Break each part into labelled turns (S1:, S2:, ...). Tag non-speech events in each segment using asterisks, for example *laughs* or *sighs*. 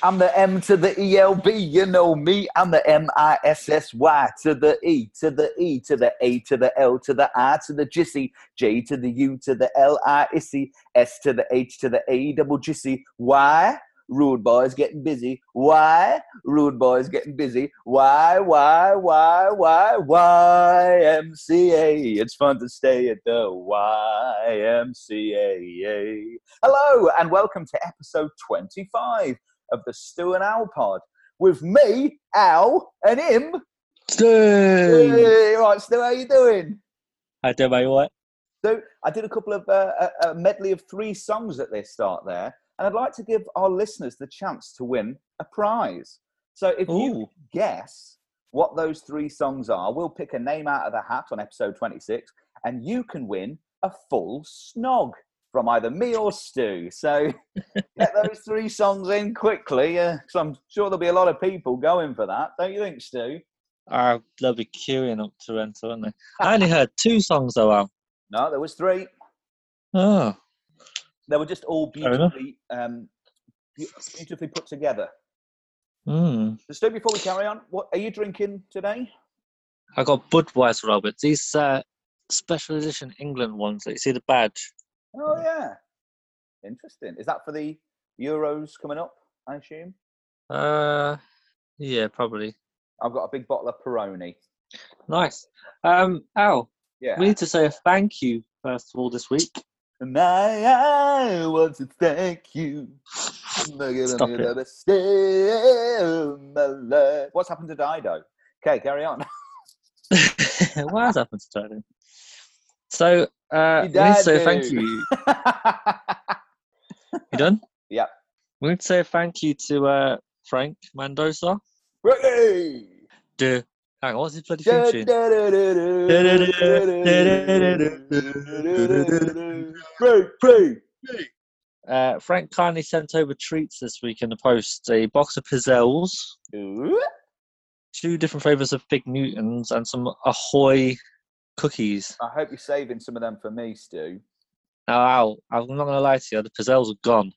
S1: I'm the M to the ELB, you know me. I'm the M I S S Y to the E to the E to the A to the L to the I to the Jissy, J to the U to the L I Issy, S to the H to the A double Jissy. Why? Rude boys getting busy. Why? Rude boys getting busy. Why, why, why, why, YMCA? It's fun to stay at the YMCA. Hello, and welcome to episode 25 of the Stu and Al pod with me, Al, and him.
S2: Stay.
S1: Hey, right, Stu, how you doing?
S2: I do, mate. What?
S1: So I did a couple of uh, a, a medley of three songs at this start there, and I'd like to give our listeners the chance to win a prize. So if you
S2: Ooh.
S1: guess what those three songs are, we'll pick a name out of the hat on episode 26, and you can win a full snog from either me or Stu. So get those three songs in quickly, because I'm sure there'll be a lot of people going for that, don't you think, Stu?
S2: Ah, they'll be queuing up to enter, aren't they? I only heard two songs though. Al.
S1: No, there was three.
S2: Oh,
S1: They were just all
S2: Fair enough.
S1: beautifully, um, beau- beautifully put together.
S2: mm.
S1: So, Stu, before we carry on, what are you drinking today?
S2: I got Budweiser Robert. These uh, special edition England ones that you see the badge.
S1: Oh yeah, interesting. Is that for the Euros coming up? I assume.
S2: Uh, yeah, probably
S1: I've got a big bottle of Peroni.
S2: nice. Um, Al,
S1: Yeah.
S2: we need to say a thank you first of all
S1: *laughs*
S2: this week.
S1: And I, I want to thank you for giving
S2: Stop
S1: me
S2: it.
S1: the best day of my life. What's happened to Dido? Okay, carry on. *laughs*
S2: what has happened to Tony? So uh,
S1: He
S2: we need to say a
S1: died,
S2: thank
S1: dude.
S2: you.
S1: *laughs*
S2: You done?
S1: Yep.
S2: We need to say a thank you to uh, Frank Mendoza.
S1: Ricky!
S2: Duh. Hang on, what's his bloody theme tune?
S1: Break, break.
S2: Uh, Frank kindly sent over treats this week in the post a box of Pizzelles,
S1: Ooh.
S2: two different flavours of Fig Newtons, and some Ahoy cookies.
S1: I hope you're saving some of them for me, Stu.
S2: Now, Al, I'm not going to lie to you, the Pizzelles are gone.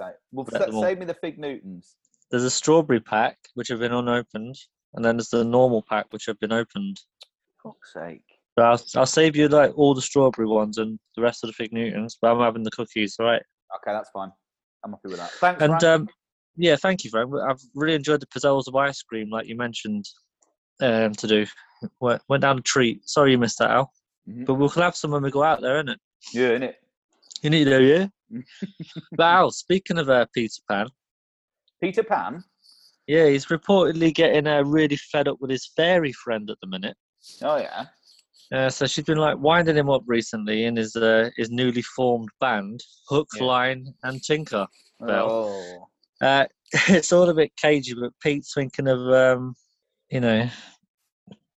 S1: Okay. Well,
S2: Let
S1: sa-
S2: them all-
S1: save me the fig Newtons.
S2: There's a strawberry pack, which have been unopened, and then there's the normal pack, which have been opened.
S1: Fuck's sake.
S2: So I'll, I'll save you like all the strawberry ones and the rest of the Fig Newtons, but I'm having the cookies, all right?
S1: Okay, that's fine. I'm happy with that. Thanks,
S2: And
S1: Frank.
S2: um, yeah, thank you, Frank. I've really enjoyed the Pizzelles of ice cream, like you mentioned, um, to do. Went, went down a treat. Sorry you missed that, Al.
S1: Mhm.
S2: But we'll have some when we go out there, innit?
S1: Yeah, innit?
S2: You need to, yeah? but Al, speaking of uh, Peter Pan,
S1: Peter Pan?
S2: yeah, he's reportedly getting uh, really fed up with his fairy friend at the minute.
S1: Oh, yeah.
S2: Uh, so she's been like winding him up recently in his uh, his newly formed band, Hook,
S1: Yeah.
S2: Line, and Tinker. Well.
S1: Oh.
S2: Uh, *laughs* it's all a bit cagey, but Pete's thinking of, um, you know,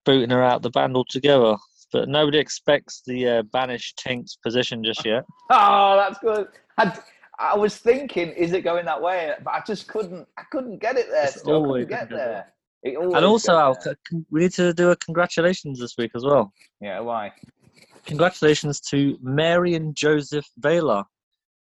S2: booting her out the band altogether. But nobody expects the uh, banished Tink's position just yet.
S1: Oh, that's good. I, I was thinking, is it going that way? But I just couldn't. I couldn't get it there.
S2: It's
S1: Still
S2: always
S1: couldn't get
S2: gonna go
S1: there. It always
S2: and also,
S1: goes
S2: Al,
S1: there.
S2: c- c- we need to do a congratulations this week as well.
S1: yeah, why?
S2: Congratulations to Mary and Joseph Vela,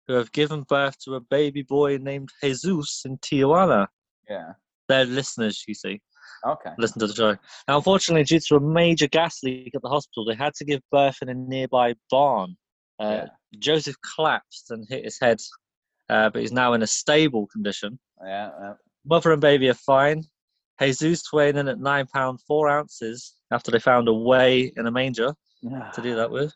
S2: who have given birth to a baby boy named Jesus in Tijuana.
S1: Yeah.
S2: They're listeners, you see.
S1: Okay.
S2: listen to the show. Now, unfortunately, due to a major gas leak at the hospital, they had to give birth in a nearby barn. Uh,
S1: Yeah.
S2: Joseph collapsed and hit his head, uh, but he's now in a stable condition.
S1: Yeah. Uh,
S2: Mother and baby are fine. Jesus weighing in at nine pound four ounces after they found a way in a manger
S1: *sighs*
S2: to do that with.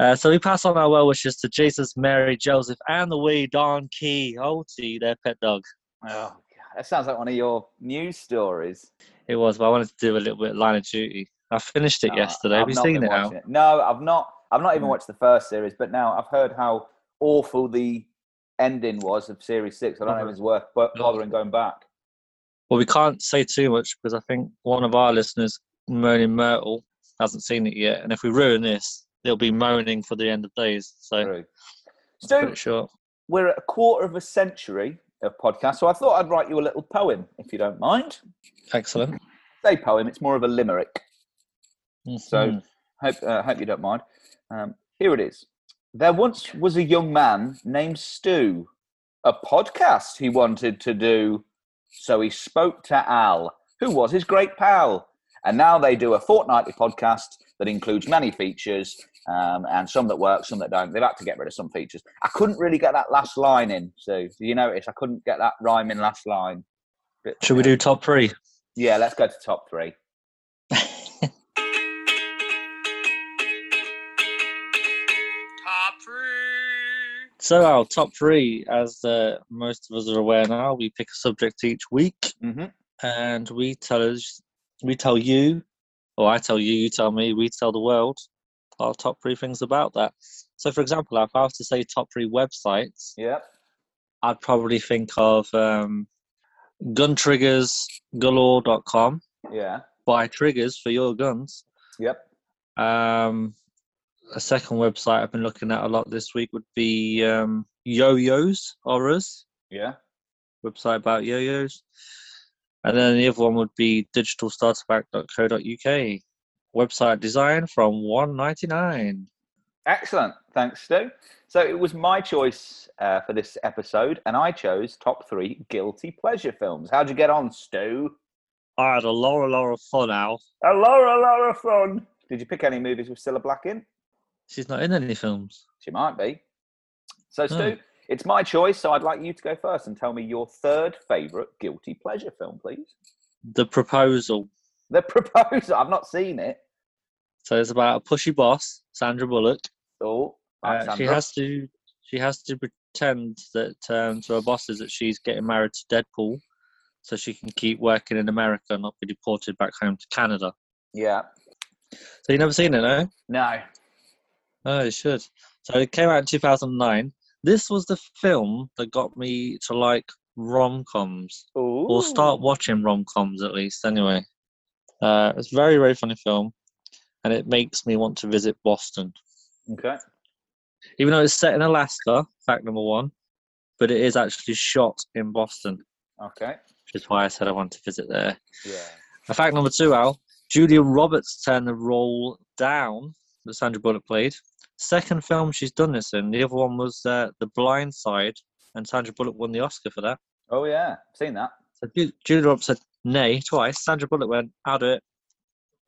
S2: Uh, so we pass on our well wishes to Jesus, Mary, Joseph, and the wee Don Key, Olty, their pet dog.
S1: Oh, God. That sounds like one of your news stories.
S2: It was, but I wanted to do a little bit of Line of Duty. I finished it
S1: No,
S2: yesterday. Have you
S1: Uh, not
S2: seen
S1: been
S2: it now?
S1: watching it. No, I've not. I've not even
S2: Mm.
S1: watched the first series, but now I've heard how awful the ending was of series six. I don't know if
S2: Mhm.
S1: it's worth bo-
S2: No.
S1: bothering going back.
S2: Well, we can't say too much because I think one of our listeners, Moaning Myrtle, hasn't seen it yet. And if we ruin this, it'll be moaning for the end of days. So,
S1: True.
S2: I'm
S1: Stu,
S2: pretty sure.
S1: we're at a quarter of a century of podcasts, so I thought I'd write you a little poem, if you don't mind.
S2: Excellent.
S1: Say poem. It's more of a limerick. So-
S2: Mhm.
S1: Hope uh, hope you don't mind. Um, here it is. There once was a young man named Stu a podcast he wanted to do. So he spoke to Al, who was his great pal. And now they do a fortnightly podcast that includes many features um, and some that work, some that don't. They've had to get rid of some features. I couldn't really get that last line in. So do you notice I couldn't get that rhyming last line? But,
S2: Should we do top three?
S1: Yeah, let's go to top three.
S3: Top three.
S2: So our top three, as uh, most of us are aware now, we pick a subject each week,
S1: Mm-hmm.
S2: and we tell us, we tell you, or I tell you, you tell me, we tell the world our top three things about that. So, for example, if I was to say top three websites,
S1: Yep.
S2: I'd probably think of um, guntriggersgalore.com,
S1: Yeah.
S2: buy triggers for your guns.
S1: Yep.
S2: Um, a second website I've been looking at a lot this week would be um, Yo-Yos or Us.
S1: Yeah.
S2: website about yo-yos. And then the other one would be digitalstarterpack.co.uk. Website design from 199.
S1: Excellent. Thanks, Stu. So it was my choice uh, for this episode, and I chose top three guilty pleasure films. How'd you get on, Stu?
S2: I had a lot, a lot of fun, Al.
S1: A lot, a lot of fun. Did you pick any movies with Cilla Black in?
S2: She's not in any films.
S1: She might be. So, Stu,
S2: Oh.
S1: it's my choice, so I'd like you to go first and tell me your third favourite guilty pleasure film, please. *laughs*
S2: The Proposal.
S1: The Proposal. I've not seen it.
S2: So it's about a pushy boss, Sandra Bullock.
S1: Oh,
S2: Uh,
S1: thanks,
S2: she
S1: Sandra.
S2: has to she has to pretend that um, to her bosses that she's getting married to Deadpool so she can keep working in America and not be deported back home to Canada.
S1: Yeah.
S2: So you've never seen it, no?
S1: No.
S2: Oh, it should. So it came out in 2009. This was the film that got me to like rom coms,
S1: Ooh.
S2: or start watching rom coms at least, anyway. Uh, it's a very, very funny film, and it makes me want to visit Boston.
S1: Okay.
S2: Even though it's set in Alaska, fact number one, but it is actually shot in Boston,
S1: Okay.
S2: which is why I said I want to visit there.
S1: Yeah.
S2: And fact number two, Al Julia Roberts turned the role down that Sandra Bullock played. Second film she's done this in. The other one was uh, The Blind Side, and Sandra Bullock won the Oscar for that.
S1: Oh, yeah. Seen that.
S2: So Ju- Julia Roberts said nay twice. Sandra Bullock went, I'll do it.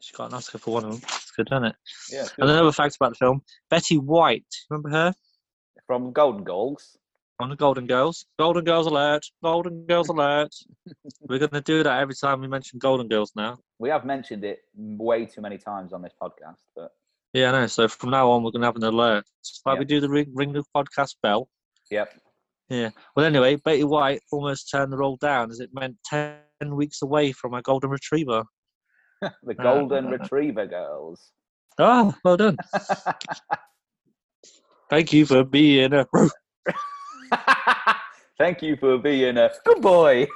S2: She got an Oscar for one of them. It's good, isn't it?
S1: Yeah.
S2: And another fact about the film Betty White, remember her?
S1: From Golden Goals.
S2: On the Golden Girls. Golden Girls alert. Golden Girls alert. We're going to do that every time we mention Golden Girls now.
S1: We have mentioned it way too many times on this podcast, but *laughs*
S2: Yeah, I know. So from now on, we're going to have an alert. It's like
S1: Yeah.
S2: we do the Ring, Ring the Podcast bell.
S1: yep.
S2: Well, anyway, Betty White almost turned the roll down as it meant 10 weeks away from a golden retriever.
S1: The
S2: Uh, *laughs*
S1: Golden Retriever Girls. *laughs*
S2: Ah, well done. Thank you for being a. *laughs*
S1: Thank you for being a good boy.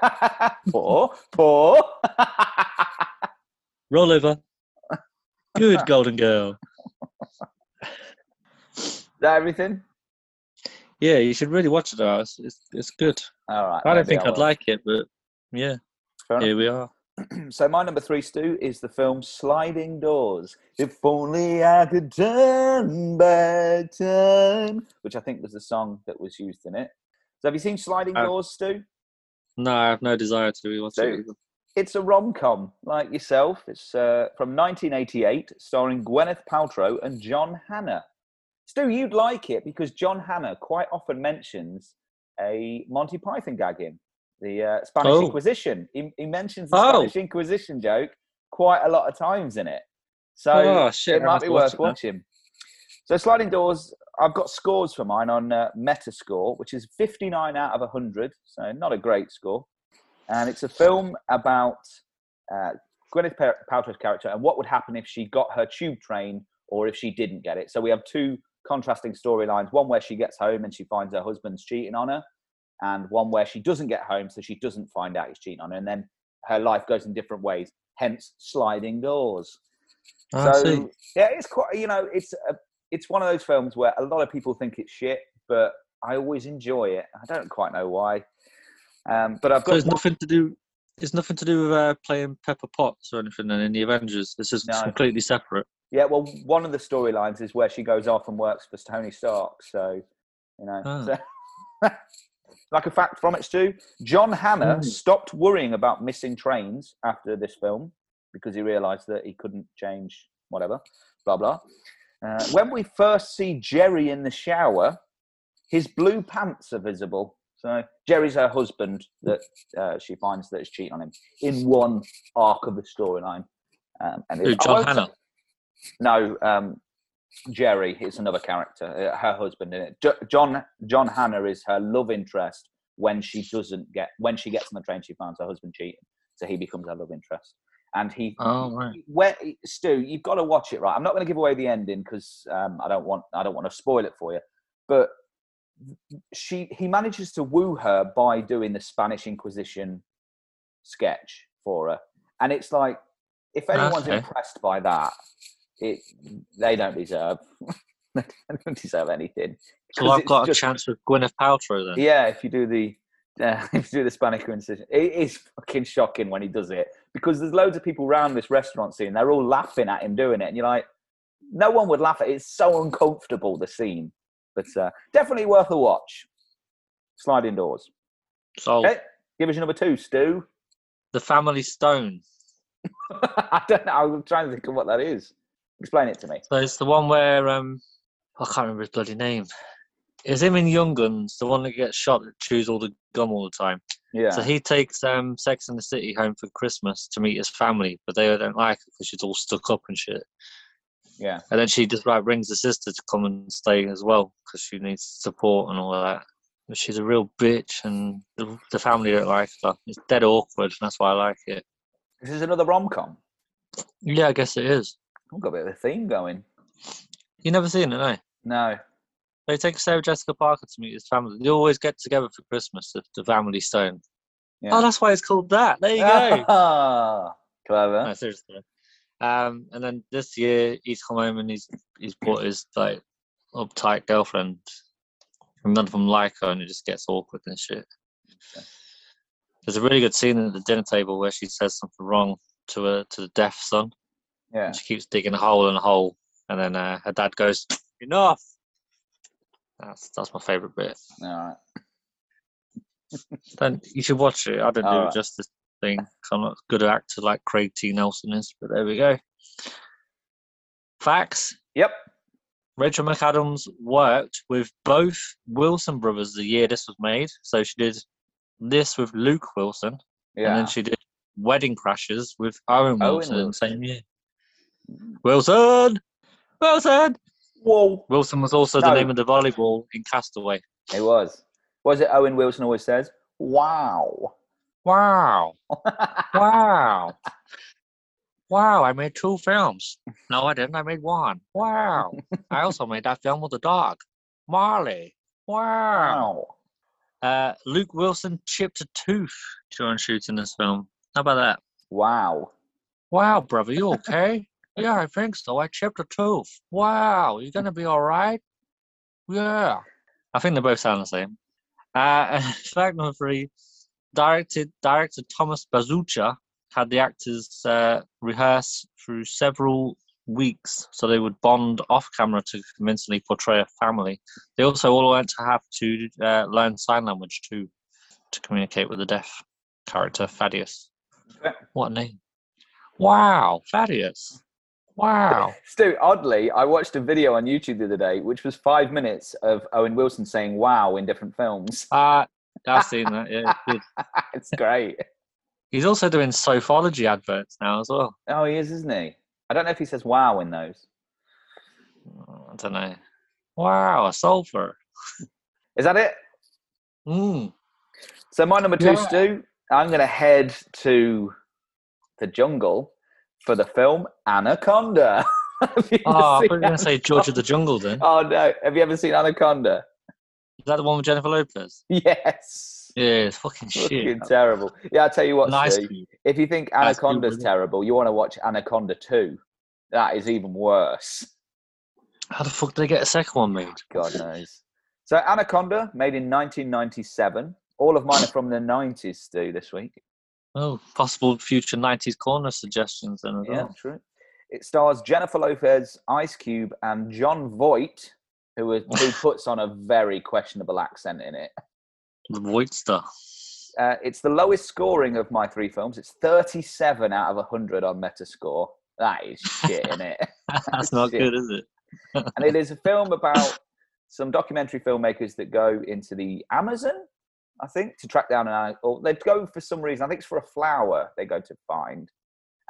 S1: *laughs* poor, poor. *laughs*
S2: Roll over.
S1: *laughs*
S2: Good golden girl.
S1: Is that everything?
S2: Yeah, you should really watch it. though. It's, it's, it's good.
S1: All right.
S2: I don't
S1: maybe
S2: think I'd
S1: will.
S2: like it, but yeah,
S1: Fair enough.
S2: here we are.
S1: So my number three, Stu, is the film Sliding Doors. If only I could turn back time, which I think was the song that was used in it. So have you seen Sliding
S2: Uh,
S1: Doors, Stu?
S2: No, I have no desire to rewatch it.
S1: Dude. It's a rom com, like yourself. It's uh, from 1988, starring Gwyneth Paltrow and John Hannah. Stu, you'd like it because John Hannah quite often mentions a Monty Python gag in the uh, Spanish
S2: Oh.
S1: Inquisition. He, he mentions the
S2: Oh.
S1: Spanish Inquisition joke quite a lot of times in it. So
S2: Oh, shit,
S1: it
S2: I
S1: might
S2: must
S1: be
S2: watch
S1: worth
S2: it now.
S1: watching. So sliding doors, I've got scores for mine on uh, Metascore, which is 59 out of 100, so not a great score. And it's a film about uh, Gwyneth Pa- Paltrow's character and what would happen if she got her tube train or if she didn't get it. So we have two contrasting storylines: one where she gets home and she finds her husband's cheating on her, and one where she doesn't get home, so she doesn't find out he's cheating on her, and then her life goes in different ways. Hence, sliding doors
S2: Ah, I see.
S1: so yeah, it's quite you know it's a, it's one of those films where a lot of people think it's shit, but I always enjoy it. I don't quite know why, um, but I've
S2: So
S1: got
S2: it's nothing to do. It's nothing to do with uh, playing Pepper Potts or anything in the Avengers. This is
S1: No.
S2: completely separate.
S1: yeah. Well, one of the storylines is where she goes off and works for Tony Stark, so *laughs* you know.
S2: Ah.
S1: so- Like a fact from it, Stu, John Hannah stopped worrying about missing trains after this film because he realised that he couldn't change whatever, blah, blah. Uh, when we first see Jerry in the shower, his blue pants are visible. So Jerry's her husband that uh, she finds that is cheating on him in one arc of the storyline. Um, and
S2: Who,
S1: it- I
S2: John
S1: won't-
S2: Hannah.
S1: No, um, Jerry is another character, uh, her husband in it. Jo- John John Hannah is her love interest when she doesn't get when she gets on the train. She finds her husband cheating, so he becomes her love interest, and he
S2: Oh right.
S1: where Stu, you've got to watch it right. I'm not going to give away the ending because um, I don't want I don't want to spoil it for you. But she he manages to woo her by doing the Spanish Inquisition sketch for her, and it's like if anyone's
S2: Okay.
S1: impressed by that, it they don't deserve *laughs* they don't deserve anything.
S2: So
S1: 'Cause
S2: I've
S1: it's
S2: got a
S1: just-
S2: chance with Gwyneth Paltrow then.
S1: yeah, if you do the *laughs* uh, if you do the Spanish incision, it is fucking shocking when he does it because there's loads of people around this restaurant scene. They're all laughing at him doing it, and you're like, no one would laugh at it. It's so uncomfortable the scene, but uh, definitely worth a watch. Sliding doors.
S2: So
S1: Okay, give us your number two, Stu. *laughs*
S2: the Family Stone.
S1: I don't know. I'm trying to think of what that is. Explain it to me.
S2: So it's the one where um, I can't remember his bloody name. It's him in Young Guns, the one that gets shot that chews all the gum all the time.
S1: Yeah.
S2: So he takes um, Sex in the City home for Christmas to meet his family, but they don't like her because she's all stuck up and shit.
S1: Yeah.
S2: And then she just like brings her sister to come and stay as well because she needs support and all that. But she's a real bitch, and the, the family don't like her. It's dead awkward, and that's why I like it.
S1: This is another rom com.
S2: Yeah, I guess it is.
S1: I've got a bit of a theme going.
S2: You never seen it, no?
S1: No.
S2: They take Sarah Jessica Parker to meet his family. They always get together for Christmas, the, the family stone.
S1: Yeah. Ah,
S2: Oh, that's why it's called that. There you
S1: *laughs*
S2: go.
S1: Clever.
S2: no, seriously. Um, and then this year he's come home and he's he's brought his like uptight girlfriend, and none of them like her, and it just gets awkward and shit. There's a really good scene at the dinner table where she says something wrong to her to the deaf son.
S1: Yeah.
S2: She keeps digging a hole and a hole, and then uh, her dad goes, "Enough." That's that's my favourite bit.
S1: All right.
S2: Then you should watch it. I don't do
S1: Alright.
S2: it justice. Thing. 'cause I'm not a good actor like Craig T. Nelson is, but there we go. Facts.
S1: Yep.
S2: Rachel McAdams worked with both Wilson brothers the year this was made. So she did this with Luke Wilson,
S1: Yeah.
S2: and then she did Wedding Crashers with Owen
S1: Owen
S2: Wilson in the
S1: Wilson.
S2: same year. Wilson! Wilson!
S1: Whoa.
S2: Wilson was also the
S1: No.
S2: name of the volleyball in Castaway.
S1: It was. Was it Owen Wilson always says?
S2: *laughs*
S1: Wow.
S2: Wow. Wow. Wow, I made two films. No, I didn't. I made one. Wow. I also made that film with the dog, Marley.
S1: wow.
S2: Wow. Uh, Luke Wilson chipped a tooth during shooting this film. How about that?
S1: Wow.
S2: Wow, brother, you okay? yeah, I think so. I chipped a tooth. Wow, you gonna be all right? Yeah. I think they both sound the same. Uh, *laughs* fact number three: directed director Thomas Bazucha had the actors uh, rehearse through several weeks so they would bond off camera to convincingly portray a family. They also all went to have to uh, learn sign language too to communicate with the deaf character Thaddeus.
S1: Okay.
S2: What a name! Wow, *laughs* Thaddeus. Wow.
S1: Stu, oddly, I watched a video on YouTube the other day, which was five minutes of Owen Wilson saying wow in different films. *laughs*
S2: Uh, I've seen that. Yeah, it's good.
S1: it's great.
S2: *laughs* He's also doing sophology adverts now as well.
S1: Oh, he is, isn't he? I don't know if he says wow in those.
S2: I don't know. Wow, a sulfur.
S1: Is that it?
S2: Mm.
S1: So my number two,
S2: Yeah.
S1: Stu, I'm going to head to the jungle for the film Anaconda. *laughs* Have you
S2: *laughs* Oh, I thought
S1: seen
S2: you were *laughs* going to say George of the Jungle then.
S1: Ana- oh no! Have you ever seen Anaconda? *laughs*
S2: Is that the one with Jennifer Lopez?
S1: Yes.
S2: Yeah, it's fucking shit.
S1: Fucking terrible. Yeah, I'll tell you what,
S2: Nice.
S1: Steve. If you think
S2: Ice Cube,
S1: Anaconda's
S2: wasn't it?
S1: terrible, you want to watch Anaconda 2. That is even worse.
S2: How the fuck did they get a second one made?
S1: God
S2: *laughs*
S1: knows. So, Anaconda, made in 1997. All of mine are from the 90s, Stu, this week.
S2: Oh, possible future 90s corner suggestions then as
S1: Yeah,
S2: well.
S1: true. It stars Jennifer Lopez, Ice Cube, and
S2: *laughs*
S1: John Voight, who, was- who puts on a very questionable accent in it.
S2: The Voidster.
S1: Uh, it's the lowest scoring of my three films. It's 37 out of 100 on Metascore. That is
S2: *laughs*
S1: shit, isn't it?
S2: *laughs* That's not
S1: Shit.
S2: good, is it?
S1: and it is a film about some documentary filmmakers that go into the Amazon, I think, to track down an ani- or they go for some reason. I think it's for a flower they go to find,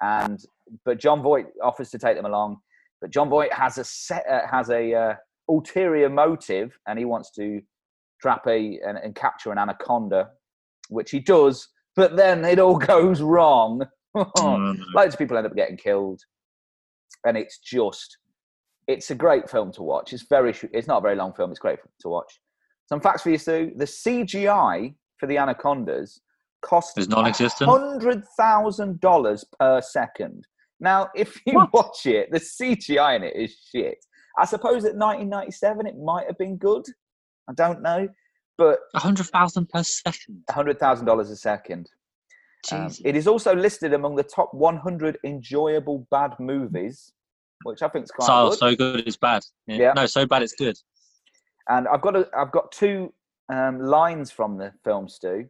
S1: and but John Voight offers to take them along, but John Voight has a set, uh, has a uh, ulterior motive, and he wants to trap a and, and capture an anaconda, which he does. But then it all *laughs* goes wrong. *laughs* Oh,
S2: Mm.
S1: loads of people end up getting killed and it's just it's a great film to watch it's very sh- it's not a very long film it's great to watch some facts for you sue the cgi for the anacondas cost
S2: It's non-existent.
S1: $100000 per second now *laughs* if you watch it the cgi in it is shit i suppose at 1997 it might have been good i don't know but
S2: A hundred thousand per second.
S1: $100000 a second um,
S2: Jesus.
S1: it is also listed among the top 100 enjoyable bad movies, which I think is quite
S2: so,
S1: good.
S2: so good it's bad. Yeah.
S1: Yeah.
S2: No, so bad it's good.
S1: And I've got a, I've got two um, lines from the film, Stu.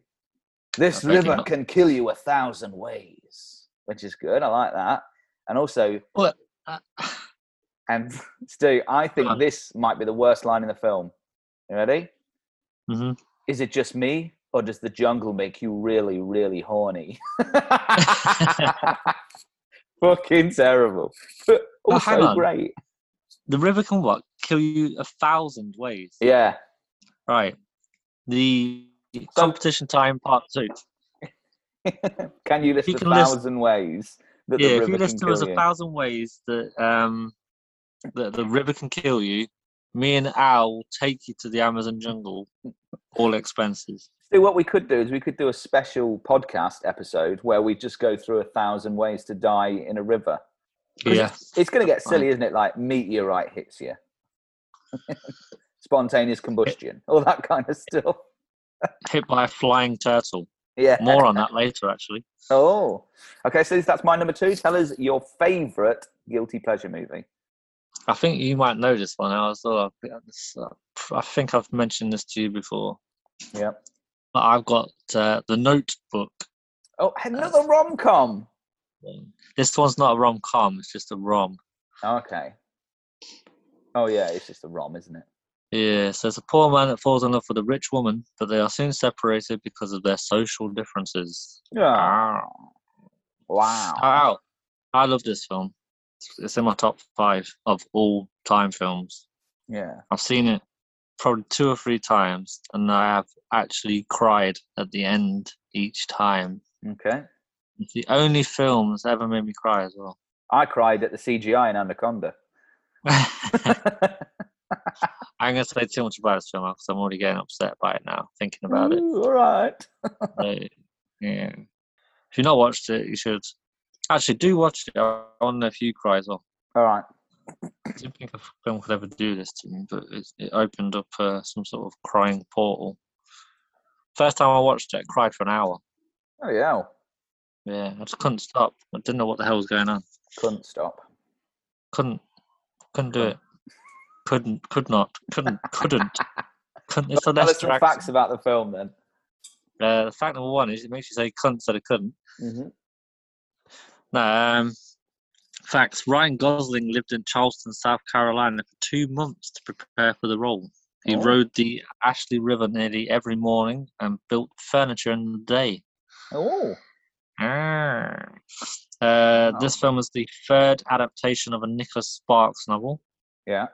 S1: This
S2: I've read
S1: river
S2: them.
S1: can kill you a thousand ways, which is good. I like that. And also,
S2: Uh,
S1: and *laughs* Stu, I
S2: Go
S1: think
S2: on.
S1: this might be the worst line in the film. You ready?
S2: mhm.
S1: Is it just me, or does the jungle make you really, really horny? *laughs* Fucking terrible, but
S2: Oh, hang
S1: also
S2: on.
S1: great.
S2: The river can what? Kill you a thousand ways.
S1: Yeah.
S2: Right. The competition time part two.
S1: Can you list
S2: you
S1: a
S2: can list-
S1: thousand ways that
S2: Yeah,
S1: the
S2: if you
S1: river can
S2: list there
S1: kill
S2: was a
S1: you?
S2: thousand ways that um that the river can kill you, me and Al will take you to the Amazon jungle, all expenses.
S1: So what we could do is we could do a special podcast episode where we just go through a thousand ways to die in a river. 'Cause
S2: Yeah.
S1: It's going to get silly,
S2: Right.
S1: isn't it? Like meteorite hits you, *laughs* spontaneous combustion, all that kind of stuff.
S2: Hit by a flying turtle.
S1: Yeah.
S2: More on that later actually.
S1: Oh. Okay, so that's my number two. Tell us your favourite guilty pleasure movie.
S2: I think you might know this one. I was, oh, I think I've mentioned this to you before.
S1: Yep.
S2: But I've got uh, the Notebook.
S1: Oh, another rom com.
S2: one. This one's not a rom com. It's just a rom.
S1: Okay. Oh yeah, it's just a rom, isn't it?
S2: Yeah. So it's a poor man that falls in love with a rich woman, but they are soon separated because of their social differences.
S1: Yeah.
S2: Ah.
S1: Wow.
S2: Ow. I love this film. It's- It's in my top five of all time films.
S1: Yeah.
S2: I've seen it probably two or three times, and I have actually cried at the end each time.
S1: Okay.
S2: It's the only film that's ever made me cry as well. *laughs*
S1: I cried at the CGI in Anaconda.
S2: I'm going to say too much about this film because I'm already getting upset by it now, thinking about
S1: *laughs*
S2: it.
S1: Ooh, all right.
S2: So, yeah. If you've not watched it, you should. Actually, do watch it. I want to know if you cry as well.
S1: All right.
S2: I didn't think a film could ever do this to me, but it, it opened up uh, some sort of crying portal. First time I watched it, I cried for an hour.
S1: Oh yeah.
S2: Yeah, I just couldn't stop. I didn't know what the hell was going on.
S1: Couldn't stop.
S2: Couldn't, couldn't do it. Couldn't, could not, couldn't, couldn't, couldn't. It's a
S1: Tell us
S2: Leicester
S1: some
S2: accent.
S1: facts about the film then.
S2: Uh, the fact number one is it makes you say cunt instead of couldn't.
S1: Mhm.
S2: No, um, facts. Ryan Gosling lived in Charleston, South Carolina for two months to prepare for the role. He
S1: Oh.
S2: rode the Ashley River nearly every morning and built furniture in the day.
S1: Oh.
S2: Arr. Ah. Uh, This film is the third adaptation of a Nicholas Sparks novel,
S1: Yeah.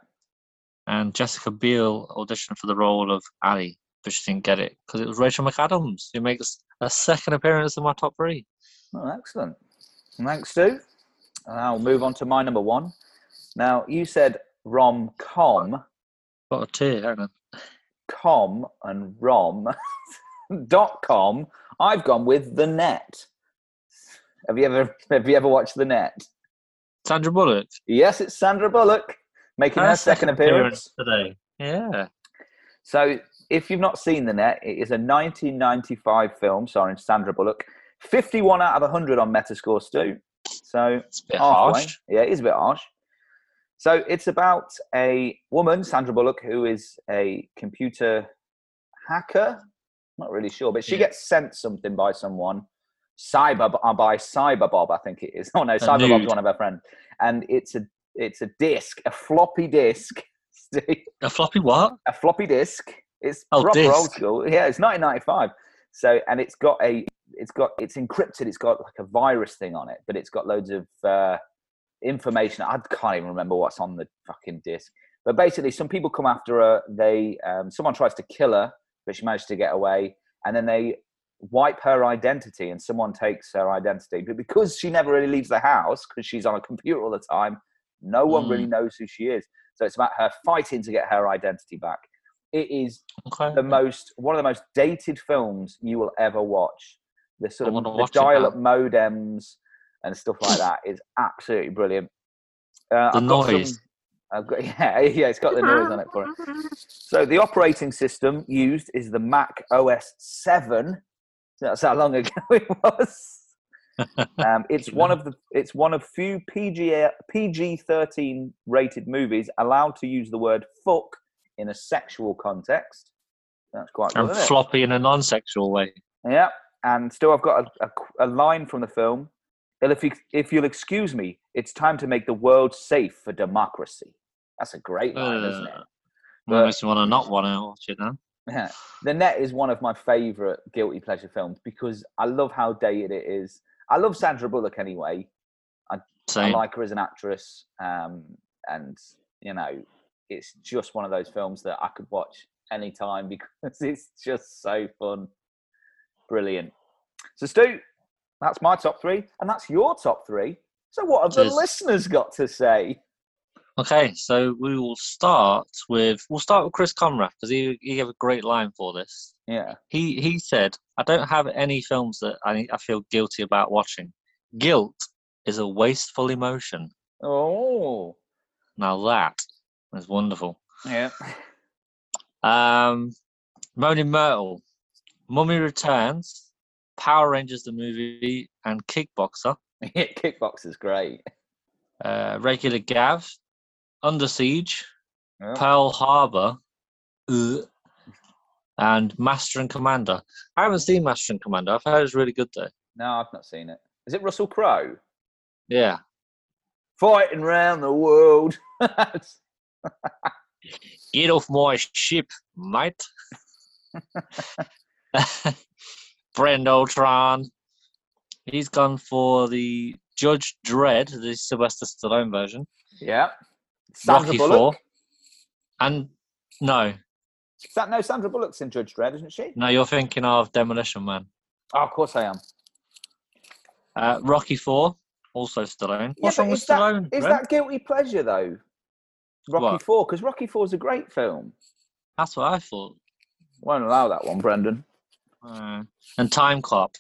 S2: and Jessica Biel auditioned for the role of Ali, but she didn't get it because it was Rachel McAdams who makes a second appearance in my top three.
S1: Oh, excellent. Thanks, Stu. And I'll move on to my number one. Now you said rom com,
S2: Got a tear, hang on.
S1: com and rom *laughs* dot com. I've gone with the net. Have you ever have you ever watched the net?
S2: Sandra Bullock.
S1: Yes, it's Sandra Bullock making her, second appearance.
S2: today. Yeah.
S1: So, if you've not seen The Net, it is a 1995 film starring Sandra Bullock. 51 out of 100 on Metascore, Stu. So,
S2: It's a bit
S1: halfway.
S2: harsh.
S1: Yeah, it is a bit harsh. So, it's about a woman, Sandra Bullock, who is a computer hacker. not really sure, but she
S2: Yeah.
S1: gets sent something by someone, Cyber uh, by Cyber Bob, I think it is. *laughs* Oh no,
S2: A
S1: Cyber
S2: nude.
S1: Bob's one of her friends, and it's a it's a disc, a floppy disc, *laughs* Steve,
S2: A floppy what?
S1: a floppy disc. It's
S2: Oh,
S1: proper old
S2: disc.
S1: school. Yeah, it's 1995. So and it's got a it's got it's encrypted. It's got like a virus thing on it, but it's got loads of uh, information. I can't even remember what's on the fucking disc. But basically, some people come after her. They um, someone tries to kill her, but she managed to get away. And then they wipe her identity, and someone takes her identity. But because she never really leaves the house, because she's on a computer all the time, no one
S2: Mm.
S1: really knows who she is. So it's about her fighting to get her identity back. It is
S2: Okay.
S1: the most one of the most dated films you will ever watch. The
S2: I
S1: sort of
S2: wanna
S1: the
S2: watch it now.
S1: dial-up modems and stuff like that is absolutely brilliant. Uh,
S2: the
S1: I've got some-
S2: noise.
S1: I've got *laughs* yeah, yeah, it's got the noise on it for it. So the operating system used is the Mac OS seven. That's how long ago *laughs* it
S2: *laughs*
S1: was. Um, it's one of the it's one of few PG PG thirteen rated movies allowed to use the word fuck in a sexual context. That's quite good.
S2: and
S1: isn't it?
S2: floppy in a non-sexual way.
S1: Yeah, and still I've got a, a qu- a line from the film. "Well, If, you, if you'll excuse me, it's time to make the world safe for democracy. That's a great line, isn't it?
S2: Uh,
S1: But-
S2: makes me want to not want to watch it now.
S1: Yeah. *laughs* The Net is one of my favourite guilty pleasure films because I love how dated it is. I love Sandra Bullock anyway. I
S2: Same.
S1: like her as an actress. Um, and, you know, it's just one of those films that I could watch anytime *laughs* because it's just so fun. Brilliant. So, Stu, that's my top three, and that's your top three. So, what have the
S2: Cheers.
S1: listeners got to say?
S2: Okay, so we will start with we'll start with Chris Conrad because he he gave a great line for this.
S1: Yeah.
S2: He he said, "I don't have any films that I I feel guilty about watching. Guilt is a wasteful emotion.
S1: Oh,
S2: Now that is wonderful."
S1: yeah. *laughs*
S2: Um, Moaning Myrtle, Mummy Returns, Power Rangers the movie, and Kickboxer.
S1: Kickbox is great.
S2: Uh, regular Gav, Under Siege,
S1: Yeah.
S2: Pearl Harbor, ugh, and Master and Commander. I haven't seen Master and Commander. I've heard it's really good though.
S1: No, I've not seen it. Is it Russell Crowe?
S2: Yeah,
S1: Fighting round the world. *laughs*
S2: get off my ship, mate. *laughs* Brend Ultron. He's gone for the Judge Dredd, the Sylvester Stallone version.
S1: yeah. Sandra
S2: Rocky
S1: Bullock.
S2: Four. And no,
S1: Is that no Sandra Bullock's in Judge Dredd, isn't she?
S2: no, you're thinking of Demolition Man.
S1: Mm. Oh, of course I am.
S2: Uh, Rocky Four, also Stallone. What's
S1: but
S2: wrong with
S1: is that-
S2: Stallone?
S1: Is
S2: Brent?
S1: that guilty pleasure though? Rocky
S2: What?
S1: Four, because Rocky Four is a great film.
S2: That's what I thought.
S1: Won't allow that one, *laughs* Brendan.
S2: Uh, and Time Cop.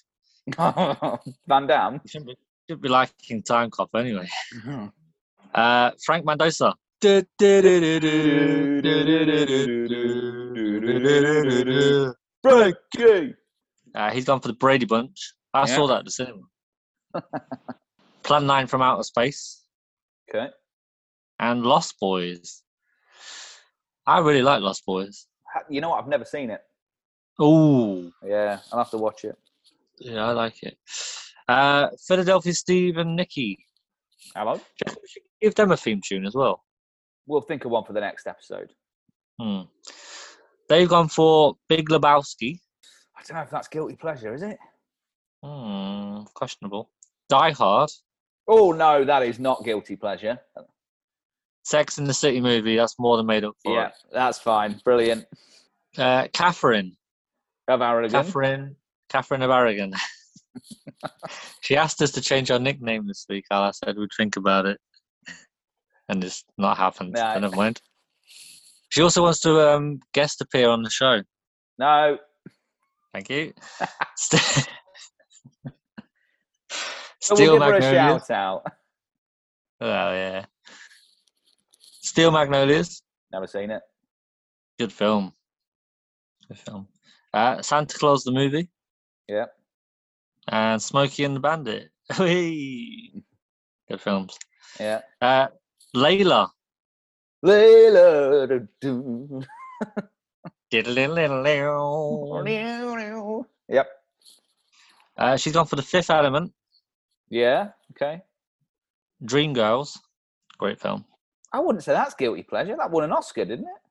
S1: Van *laughs* Damme.
S2: You shouldn't be, shouldn't be liking Time Cop anyway. Uh, Frank Mendoza. Uh,
S1: Frankie.
S2: he's gone for the Brady Bunch. I
S1: Yeah.
S2: saw that at the cinema. Plan 9 from Outer Space
S1: Okay.
S2: and Lost Boys. I really like Lost Boys.
S1: Ha- You know what? I've never seen it.
S2: Ooh,
S1: Yeah, I'll have to watch it.
S2: yeah, I like it. Uh, Philadelphia Steve and Nikki.
S1: Hello.
S2: Do you reckon we should give them a theme tune as well?
S1: We'll think of one for the next episode.
S2: Hmm. They've gone for Big Lebowski.
S1: I don't know if that's guilty pleasure, is it?
S2: Hmm, questionable. Die Hard.
S1: Oh no, that is not guilty pleasure.
S2: Sex in the City movie. That's more than made up for
S1: Yeah, that's fine. Brilliant.
S2: it. Uh, Catherine.
S1: Have Aragon.
S2: Catherine. Catherine of Aragon. *laughs* she asked us to change our nickname this week. Al. I said we'd think about it, and it's not happened.
S1: No.
S2: So never mind. She also wants to um, guest appear on the show.
S1: No.
S2: Thank you.
S1: *laughs*
S2: St-
S1: So we'll
S2: Steel
S1: give her a
S2: Magnolias.
S1: shout out. *laughs*
S2: Oh yeah. Steel Magnolias.
S1: Never seen it.
S2: Good film. Good film. Uh, Santa Claus the movie.
S1: Yeah.
S2: And Smokey and the Bandit. *laughs* Whee! Good films.
S1: Yeah.
S2: Uh, Layla.
S1: Layla. do- Yep.
S2: Uh, she's gone for the fifth element,
S1: Yeah. Okay.
S2: Dreamgirls. Great film.
S1: I wouldn't say that's guilty pleasure. That won an Oscar, didn't it?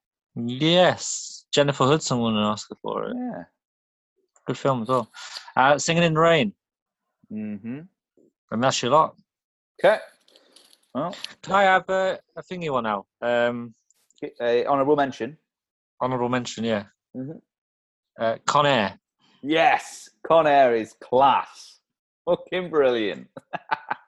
S2: Yes. Jennifer Hudson won an Oscar for it.
S1: Yeah.
S2: Good film as well. Uh, Singing in the Rain.
S1: Mm-hmm.
S2: And that's your lot.
S1: Okay. Well,
S2: Can I have a, a thingy one now? Um,
S1: uh, honorable mention.
S2: honorable mention, yeah.
S1: Mhm.
S2: Uh, Con Air.
S1: Yes, Con Air is class. Fucking brilliant. *laughs*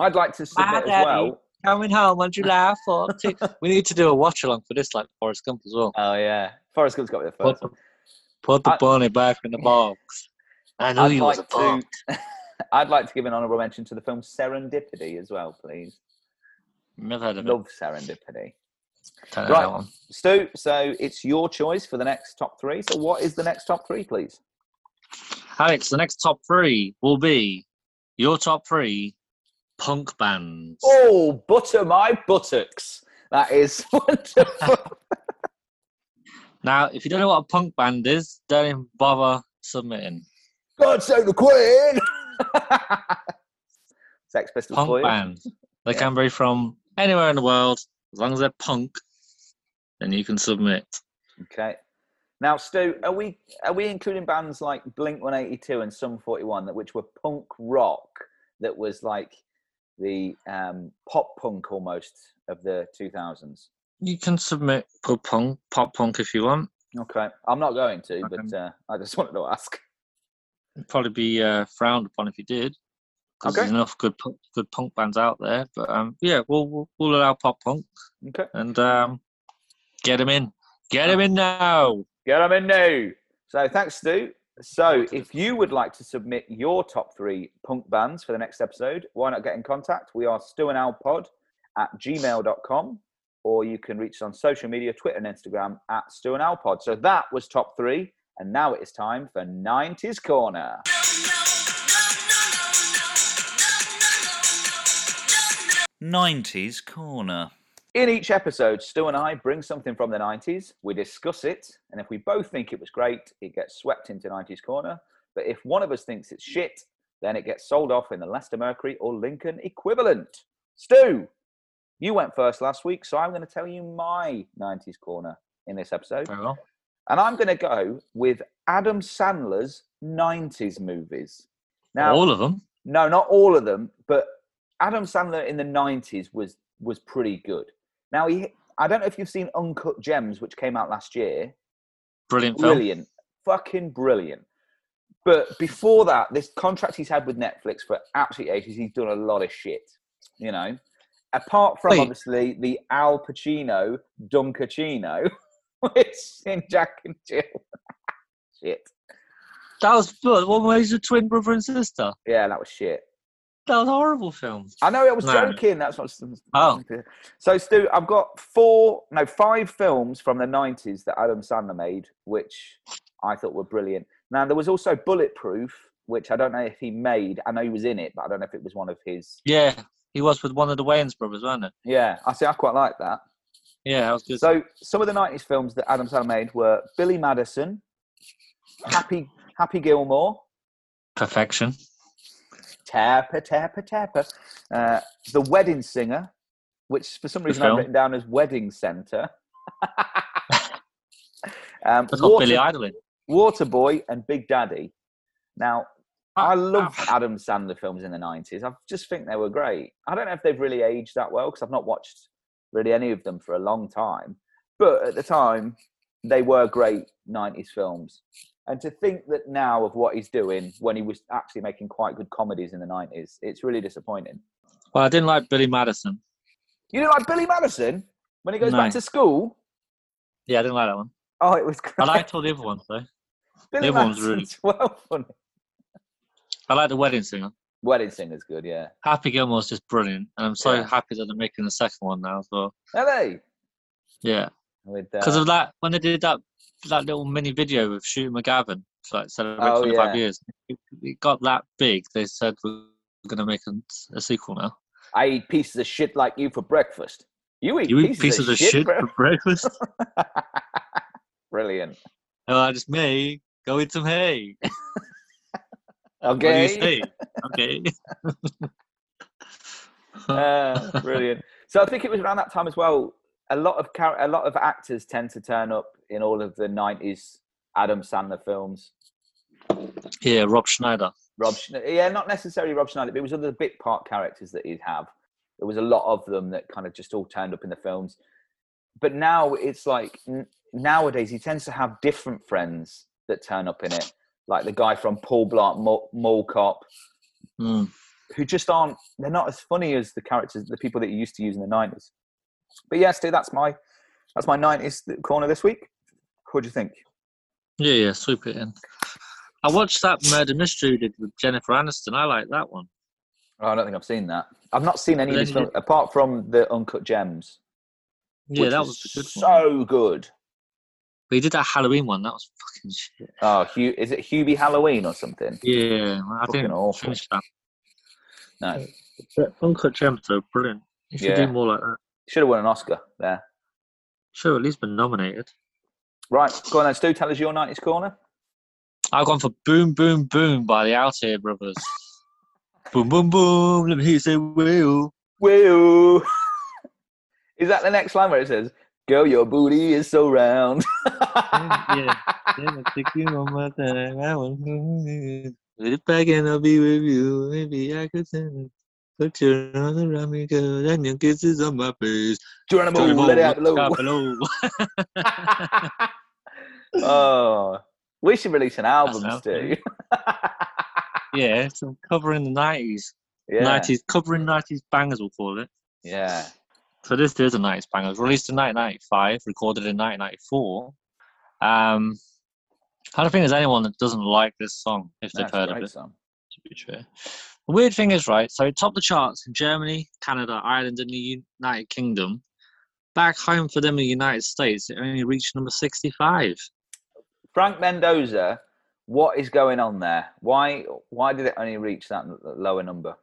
S1: I'd like to submit as
S2: Bye, Daddy.
S1: well.
S2: Coming home *laughs* on July 4th. we need to do a watch along for this, like Forrest Gump as well.
S1: Oh yeah, Forrest Gump's got me the
S2: Put
S1: first
S2: the,
S1: one.
S2: put the
S1: I-
S2: bunny back
S1: *laughs*
S2: in the box. I knew
S1: I'd
S2: you was a
S1: like
S2: punk.
S1: to. *laughs* I'd like to give an honourable mention to the film Serendipity as well, please.
S2: Never heard of it.
S1: Love Serendipity.
S2: Don't know
S1: Right.
S2: that one.
S1: Stu, so it's your choice for the next top three. So what is the next top three, please?
S2: Alex, the next top three will be your top three punk bands.
S1: Oh, butter my buttocks. That is *laughs* wonderful.
S2: Now, if you don't know what a punk band is, don't even bother submitting.
S1: God save the Queen. *laughs* Sex Pistols
S2: Punk
S1: for you.
S2: band.
S1: *laughs*
S2: They
S1: Yeah.
S2: can be from anywhere in the world. As long as they're punk, then you can submit.
S1: Okay. Now, Stu, are we are we including bands like Blink One Eighty Two and Sum Forty One that which were punk rock that was like the um, pop punk almost of the two thousands?
S2: You can submit pub punk, pop punk if you want.
S1: Okay, I'm not going to,
S2: Okay.
S1: but uh, I just wanted to ask.
S2: It'd probably be uh, frowned upon if you did, because
S1: Okay.
S2: there's enough good punk, good punk bands out there. But um, yeah, we'll, we'll we'll allow pop punk
S1: Okay,
S2: and um, get them in, get them in now.
S1: get them in now. So, thanks, Stu. So, if you would like to submit your top three punk bands for the next episode, why not get in contact? We are Stu and Al Pod at gmail.com, or you can reach us on social media, Twitter and Instagram at Stu and Al Pod. So, that was top three, and now it is time for 90s Corner.
S3: Nineties Corner.
S1: In each episode, Stu and I bring something from the 90s, we discuss it, and if we both think it was great, it gets swept into 90s corner. But if one of us thinks it's shit, then it gets sold off in the Leicester Mercury or Lincoln equivalent. Stu, you went first last week, so I'm going to tell you my 90s corner in this episode.
S2: Very well.
S1: And I'm going to go with Adam Sandler's 90s movies.
S2: All of them.
S1: No, not all of them, but Adam Sandler in the '90s was was pretty good. Now he, I don't know if you've seen Uncut Gems, which came out last year.
S2: Brilliant film.
S1: Brilliant, fucking brilliant. But before that, this contract he's had with Netflix for absolute ages, he's done a lot of shit. You know, apart from
S2: Wait.
S1: obviously the Al Pacino Dunkachino, *laughs* which in Jack and Jill. *laughs* shit.
S2: That was good. One where he's a twin brother and sister.
S1: Yeah, that was shit.
S2: That was a horrible film.
S1: I know I was
S2: No.
S1: joking. That's what.
S2: Oh,
S1: So, Stu, I've got four, no, five films from the 90s that Adam Sandler made, which I thought were brilliant. Now, there was also Bulletproof, which I don't know if he made. I know he was in it, but I don't know if it was one of his.
S2: yeah. He was with one of the Wayans brothers, wasn't it?
S1: Yeah, I see, I quite like that.
S2: Yeah, that was good.
S1: So, some of the 90s films that Adam Sandler made were Billy Madison, Happy, Happy Gilmore,
S2: Perfection.
S1: Tapper, Tapper, Tapper, uh, The Wedding Singer, which for some reason I've
S2: film.
S1: written down as Wedding
S2: *laughs*
S1: Center. *laughs* um,
S2: That's got
S1: Water-
S2: Billy Idol in.
S1: Waterboy and Big Daddy. Now, I love
S2: ah.
S1: Adam Sandler films in the 90s. I just think they were great. I don't know if they've really aged that well because I've not watched really any of them for a long time. But at the time, they were great 90s films. And to think that now of what he's doing when he was actually making quite good comedies in the 90s, it's really disappointing.
S2: Well, I didn't like Billy Madison.
S1: You know, like Billy Madison, when he goes
S2: No.
S1: back to school,
S2: Yeah, I didn't like that one.
S1: oh, it was great.
S2: I liked all the other ones though.
S1: *laughs* Billy
S2: the other one's really-
S1: Madison's well funny.
S2: I like the Wedding Singer.
S1: Wedding Singer's good, yeah.
S2: Happy Gilmore's just brilliant, and I'm so
S1: Yeah.
S2: happy that they're making the second one now as well.
S1: Are they?
S2: Yeah,
S1: With,
S2: because
S1: uh,
S2: of that when they did that that little mini video with Shooter McGavin to like celebrate
S1: Oh, yeah.
S2: 25 years, it, it got that big. They said we're going to make a, a sequel now.
S1: I eat pieces of shit like you for breakfast. You eat,
S2: You eat *laughs*
S1: pieces, of, shit, bro.
S2: for breakfast.
S1: *laughs* Brilliant.
S2: Oh, just me going to hay. What do you
S1: Okay.
S2: say? *laughs* Okay.
S1: Uh, brilliant. So I think it was around that time as well. A lot of char- a lot of actors tend to turn up in all of the '90s Adam Sandler films.
S2: yeah, Rob Schneider.
S1: Rob, Schne- yeah, not necessarily Rob Schneider, but it was other bit part characters that he'd have. There was a lot of them that kind of just all turned up in the films. But now it's like n- nowadays he tends to have different friends that turn up in it, like the guy from Paul Blart Mall, Mall Cop,
S2: Hmm.
S1: who just aren't. They're not as funny as the characters, the people that you used to use in the nineties. But yeah, Stu, that's my that's my nineties corner this week. What do you think?
S2: Yeah, yeah, sweep it in. I watched that murder mystery you did with Jennifer Aniston. I like that one.
S1: Oh, I don't think I've seen that. I've not seen any of
S2: Then
S1: his
S2: you-
S1: films apart from the Uncut Gems.
S2: Yeah,
S1: which
S2: that
S1: is
S2: was a good one.
S1: so good.
S2: But he did that Halloween one. That was fucking shit.
S1: Oh, Hugh, is it Hubie Halloween or something?
S2: Yeah, I
S1: Fucking
S2: didn't
S1: awful.
S2: finish that.
S1: No,
S2: But Uncut Gems though, brilliant. You should
S1: Yeah.
S2: do more like that.
S1: should have won an Oscar there.
S2: Should have at least been nominated.
S1: Right, go on then, Stu. Tell us your nineties corner.
S2: I've gone for Boom Boom Boom by the Out Here *laughs* Brothers. boom Boom Boom, let me hear you say woo.
S1: Woo! *laughs* is that the next line where it says, "Girl, your booty is so round"? *laughs*
S2: yeah, yeah, I think you know my thing, I will move it back and I'll be with you. Maybe I could send it. Put your arms around me, girl, and your kisses on my face.
S1: Geronimo,
S2: Johnny Ball,
S1: let it out
S2: look
S1: below.
S2: out below.
S1: *laughs* oh, we should release an album,
S2: That's
S1: Stu.
S2: *laughs* yeah, so covering the 90s.
S1: *laughs* yeah,
S2: 90s, covering 90s bangers, we'll call it.
S1: yeah.
S2: So this is a 90s banger. It was released in 1995, recorded in 1994. Um, I don't think there's anyone that doesn't like this song if they've
S1: That's
S2: heard
S1: a
S2: of
S1: great
S2: it.
S1: song.
S2: To be true. The weird thing is, right? So it topped the charts in Germany, Canada, Ireland, and the United Kingdom. Back home for them in the United States, it only reached number 65.
S1: Frank Mendoza, what is going on there? Why why did it only reach that l- lower number?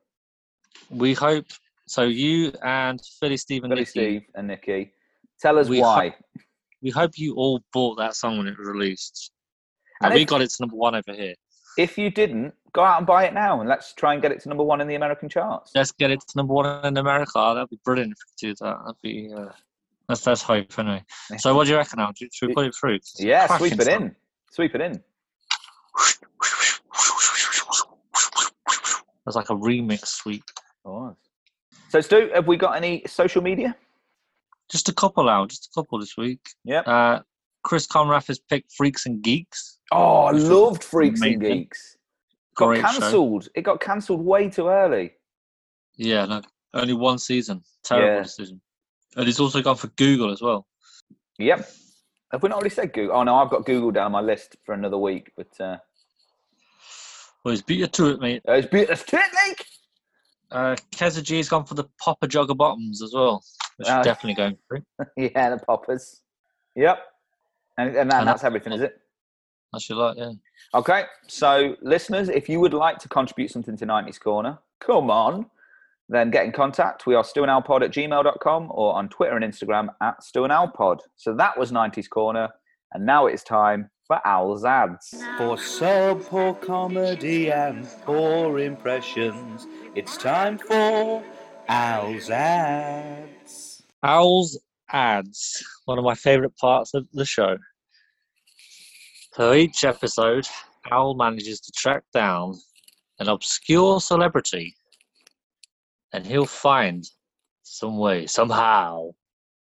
S2: We hope. So you and Philly Stephen,
S1: Billy
S2: Nicky,
S1: Steve and Nikki, tell us
S2: We
S1: why.
S2: we hope you all bought that song when it was released.
S1: And
S2: And we
S1: if-
S2: got it to number one over here.
S1: if you didn't, go out and buy it now, and let's try and get it to number one in the American charts.
S2: let's get it to number one in America. Oh, that'd be brilliant if we could do that. That'd be uh, that's that's hope anyway. So what do you reckon now? Do- Should we put it through? 'Cause it's a
S1: Yeah,
S2: cracking
S1: sweep it
S2: song.
S1: in, sweep it in.
S2: That's like a remix sweep.
S1: Oh. So Stu, have we got any social media?
S2: Just a couple out, just a couple this week.
S1: Yep.
S2: Uh, Chris Conrath has picked Freaks and Geeks.
S1: Oh, I loved Freaks and
S2: Amazing.
S1: Geeks. Got
S2: Great show.
S1: cancelled. It got cancelled way too early.
S2: Yeah, no, only one season. Terrible
S1: Yeah.
S2: decision. And he's also gone for Google as well.
S1: Yep. Have we not already said Google? Oh no, I've got Google down on my list for another week, but uh, oh,
S2: Well, he's beat you to it, mate.
S1: it's beautiful. Technique.
S2: Uh, Keza G has gone for the Popper Jogger Bottoms as well, which
S1: Uh,
S2: is definitely going through.
S1: *laughs* Yeah, the poppers. Yep. And, and, that,
S2: And
S1: that's
S2: that's-
S1: everything, is it?
S2: That's your lot, yeah.
S1: Okay. So, listeners, if you would like to contribute something to 90s Corner, come on, then get in contact. We are stewandalpod at gmail.com or on Twitter and Instagram at stewandalpod. So, that was 90s Corner. And now it's time for Owl's Ads.
S4: For sub, poor comedy, and poor impressions, it's time for Owl's Ads.
S2: Owls ads, one of my favourite parts of the show. So each episode, Owl manages to track down an obscure celebrity and he'll find some way, somehow,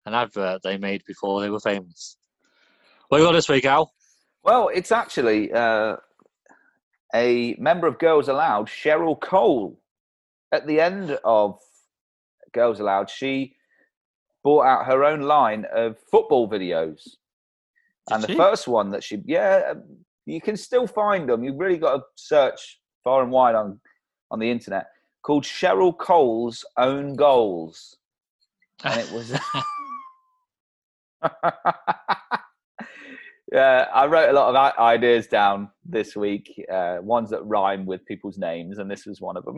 S2: an advert they made before they were famous. What you got this week, Owl?
S1: Well, it's actually uh, a member of Girls Aloud, Cheryl Cole. At the end of Girls Aloud, she bought out her own line of football videos. and the
S2: she?
S1: first one that she, yeah, um, you can still find them. You've really got to search far and wide on, on the internet called Cheryl Cole's Own Goals. And it was. *laughs* Yeah, I wrote a lot of i- ideas down this week, uh, ones that rhyme with people's names, and this was one of them.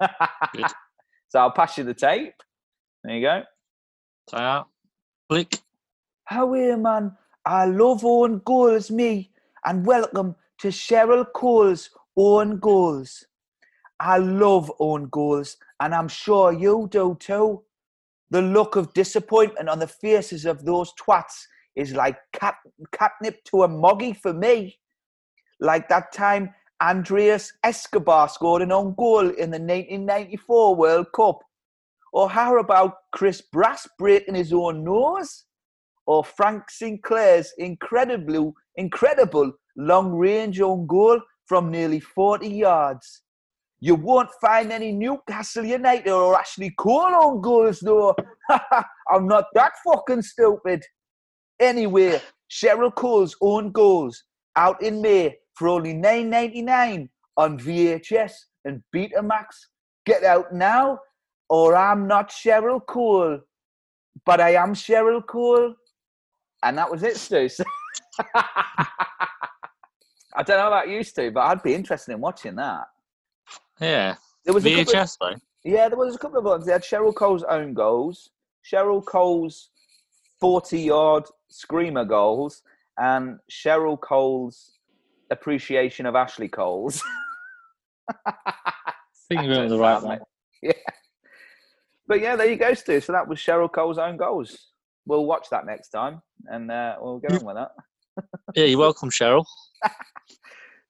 S1: *laughs*
S2: Good.
S1: so I'll pass you the tape. There you go.
S2: Try out. Click.
S1: How here, man. I love own goals, me, and welcome to Cheryl Cole's own goals. I love own goals, and I'm sure you do too. The look of disappointment on the faces of those twats is like cat, catnip to a moggy for me. Like that time Andreas Escobar scored an own goal in the 1994 World Cup. Or how about Chris Brass breaking his own nose? Or Frank Sinclair's incredible, incredible long range own goal from nearly 40 yards. You won't find any Newcastle United or Ashley Cole own goals, though. *laughs* I'm not that fucking stupid. Anyway, Cheryl Cole's own goals out in May for only nine ninety nine on VHS and Betamax. Get out now, or I'm not Cheryl Cole, but I am Cheryl Cole. And that was it, Stu. *laughs* So- I don't know about you, Stu, but I'd be interested in watching that.
S2: Yeah.
S1: There was a couple of,
S2: VHS though.
S1: yeah, there was a couple of ones. They had Cheryl Cole's own goals, Cheryl Cole's forty-yard screamer goals, and Cheryl Cole's appreciation of Ashley Cole's.
S2: I think *laughs* you're
S1: That's *laughs*
S2: on the right
S1: out,
S2: one.
S1: mate. Yeah. But yeah, there you go, Stu. So that was Cheryl Cole's own goals. We'll watch that next time and uh, we'll get on with that.
S2: Yeah, you're welcome, Cheryl.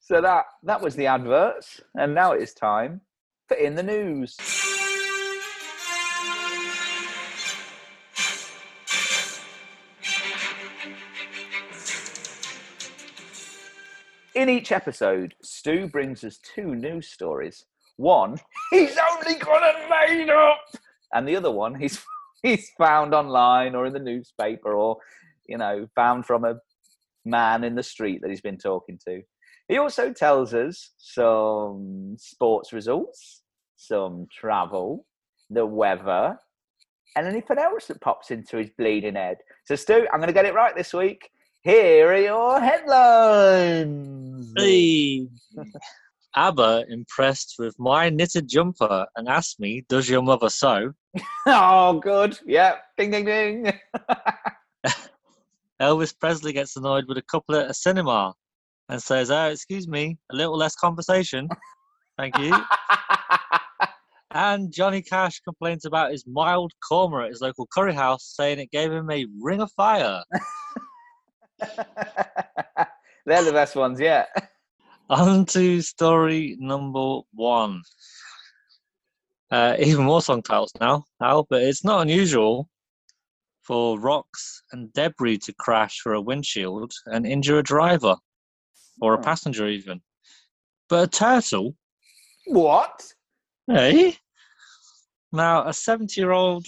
S1: So that that was the adverts, and now it is time for in the news. In each episode, Stu brings us two news stories. One *laughs* he's only gone and made up, and the other one he's *laughs* he's found online or in the newspaper or you know found from a man in the street that he's been talking to. He also tells us some sports results, some travel, the weather, and anything else that pops into his bleeding head. So, Stu, I'm going to get it right this week. Here are your headlines.
S2: Hey. *laughs* Abba impressed with my knitted jumper and asked me, "Does your mother sew?"
S1: *laughs* Oh, good. Yeah. Ding, ding, ding.
S2: Elvis Presley gets annoyed with a couple at a cinema and says, "Oh, excuse me, a little less conversation, thank you." And Johnny Cash complains about his mild korma at his local curry house, saying it gave him a ring of fire.
S1: *laughs* They're the best ones yet.
S2: On to story number one. Uh, *laughs* even more song titles now, Al, but it's not unusual for rocks and debris to crash through a windshield and injure a driver or a
S1: Hmm.
S2: passenger, even. But a turtle
S1: What?
S2: Hey. Now, a 70 year old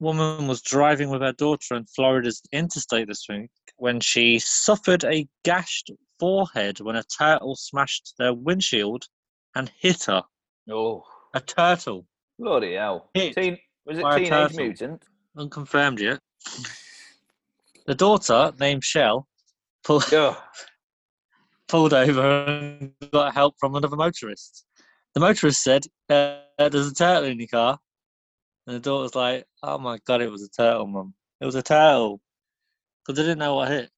S2: woman was driving with her daughter in Florida's interstate this week when she suffered a gashed forehead when a turtle smashed their windshield and hit her.
S1: Oh,
S2: A turtle.
S1: bloody hell.
S2: Hit
S1: Teen, was it
S2: by a
S1: Teenage
S2: turtle.
S1: Mutant?
S2: Unconfirmed yet. The daughter, named Shell, pull,
S1: Ugh.
S2: pulled over and got help from another motorist. The motorist said, uh, "There's a turtle in your car," and the daughter's like, "Oh my god, it was a turtle, mum! It was a turtle," because they didn't know what hit.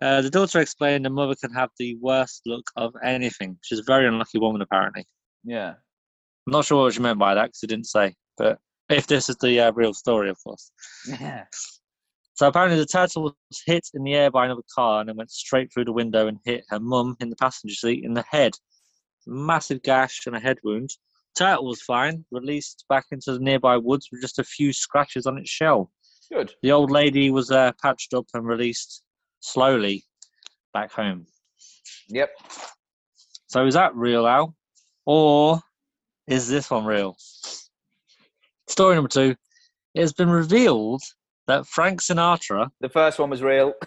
S2: Uh, the daughter explained the mother can have the worst look of anything. She's a very unlucky woman, apparently.
S1: Yeah. *laughs*
S2: I'm not sure what she meant by that because she didn't say. But if this is the uh, real story, of course.
S1: Yeah.
S2: So apparently, the turtle was hit in the air by another car and then went straight through the window and hit her mum in the passenger seat in the head. Massive gash and a head wound. Turtle was fine, released back into the nearby woods with just a few scratches on its shell.
S1: Good.
S2: The old lady was uh, patched up and released slowly back home.
S1: Yep.
S2: So is that real, Al? Or is this one real? Story number two. It has been revealed that Frank Sinatra
S1: The first one was real.
S2: *laughs*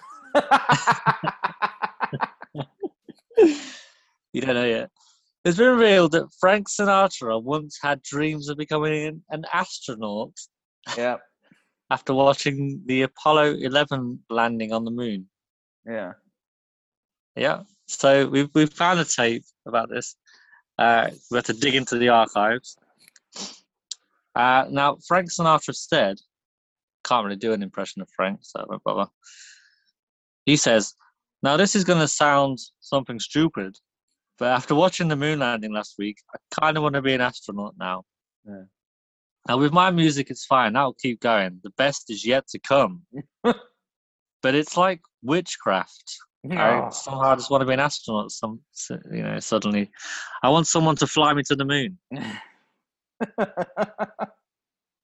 S2: You don't know yet. It's been revealed that Frank Sinatra once had dreams of becoming an, an astronaut
S1: yeah.
S2: after watching the Apollo 11 landing on the moon.
S1: Yeah.
S2: Yeah. So we've, we've found a tape about this. Uh, we had to dig into the archives. Uh, now, Frank Sinatra said, can't really do an impression of Frank, so I won't bother. He says, Now, this is going to sound something stupid, but after watching the moon landing last week, I kind of want to be an astronaut now.
S1: Yeah.
S2: Now, with my music, it's fine. I'll keep going. The best is yet to come. but it's like witchcraft.
S1: Oh.
S2: I somehow just want to be an astronaut. Some, so- you know, suddenly, I want someone to fly me to the moon.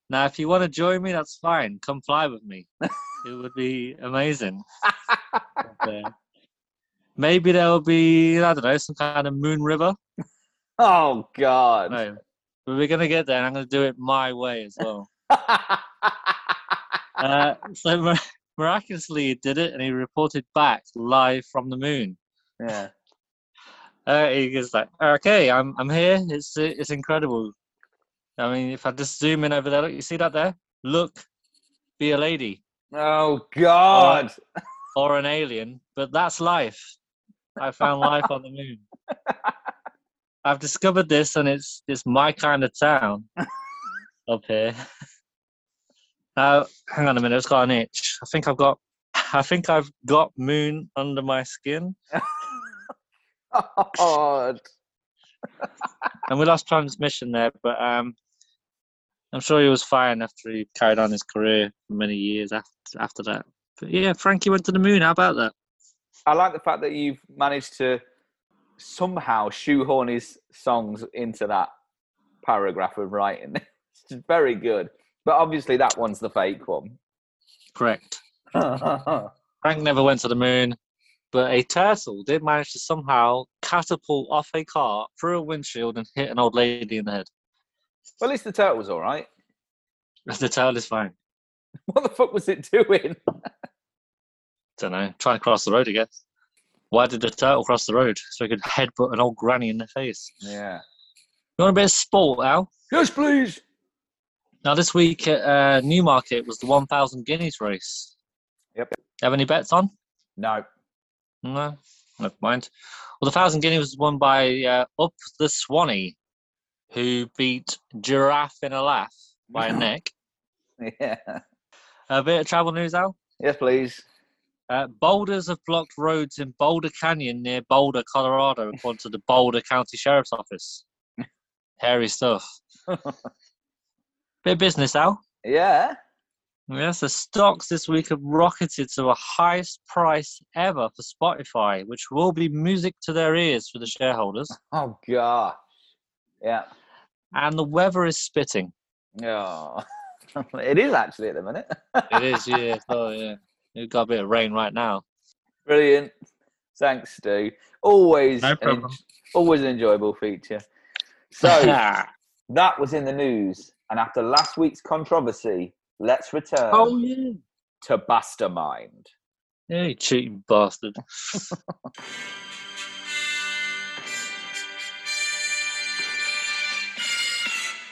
S2: Now, if you want to join me, that's fine. Come fly with me. it would be amazing. But, uh, maybe there will be, I don't know, some kind of moon river.
S1: oh God.
S2: No, but we're gonna get there, and I'm gonna do it my way as well. uh, so *laughs* mir- miraculously, he did it, and he reported back live from the moon.
S1: *laughs* yeah.
S2: Uh, he goes like, "Okay, I'm I'm here. It's it's incredible. I mean, if I just zoom in over there, look, you see that there? Look, be a lady."
S1: Oh God.
S2: or an alien, but that's life. I found life on the moon. I've discovered this, and it's it's my kind of town up here. Now, hang on a minute. I've got an itch. I think I've got. I think I've got moon under my skin,
S1: *laughs* God.
S2: and we lost transmission there. But um, I'm sure he was fine after he carried on his career for many years after after that. But yeah, Frankie went to the moon. How about that?
S1: I like the fact that you've managed to somehow shoehorn his songs into that paragraph of writing. *laughs* It's just very good. But obviously that one's the fake *laughs* one.
S2: Correct. Frank never went to the moon, but a turtle did manage to somehow catapult off a car through a windshield and hit an old lady in the head. *laughs*
S1: Well, at least the turtle's all right. *laughs*
S2: The turtle is fine.
S1: What the fuck was it doing?
S2: Don't know. Trying to cross the road, I guess. Why did the turtle cross the road? So he could headbutt an old granny in the face.
S1: Yeah.
S2: You want a bit of sport, Al?
S1: Yes, please.
S2: Now, this week at uh, Newmarket was the 1,000 guineas race.
S1: Yep.
S2: Have any bets on?
S1: No.
S2: No, never mind. Well, the Thousand Guinea was won by uh, Up the Swanee, who beat Giraffe in a Laugh by a neck.
S1: *laughs* Yeah.
S2: A bit of travel news, Al.
S1: Yes, please.
S2: Uh, boulders have blocked roads in Boulder Canyon near Boulder, Colorado, according to the Boulder County Sheriff's Office. Hairy stuff. bit of business, Al.
S1: Yeah.
S2: Yes, the stocks this week have rocketed to the highest price ever for Spotify, which will be music to their ears for the shareholders.
S1: Oh God. *laughs* Yeah.
S2: and the weather is spitting.
S1: Oh. *laughs* it is actually at the minute. *laughs*
S2: It is, yeah. Oh, yeah. We've got a bit of rain right now.
S1: Brilliant. Thanks, Stu. Always,
S2: No
S1: an-
S2: problem.
S1: always an enjoyable feature.
S2: *laughs*
S1: So that was in the news, and after last week's controversy, let's return
S2: oh, yeah.
S1: to Mastermind.
S2: Yeah, you cheating bastard.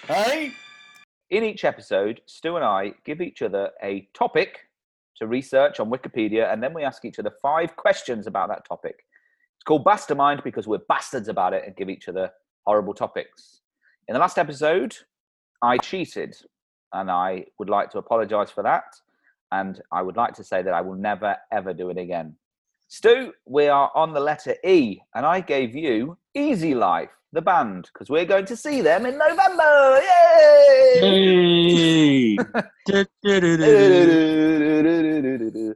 S4: Hey?
S1: In each episode, Stu and I give each other a topic to research on Wikipedia, and then we ask each other five questions about that topic. It's called Mastermind because we're bastards about it and give each other horrible topics. In the last episode, I cheated, and I would like to apologize for that. And I would like to say that I will never, ever do it again. Stu, we are on the letter E, and I gave you Easy Life, the band, because we're going to see them in November. Yay!
S2: *laughs* Hey! Du-du-du-du-du.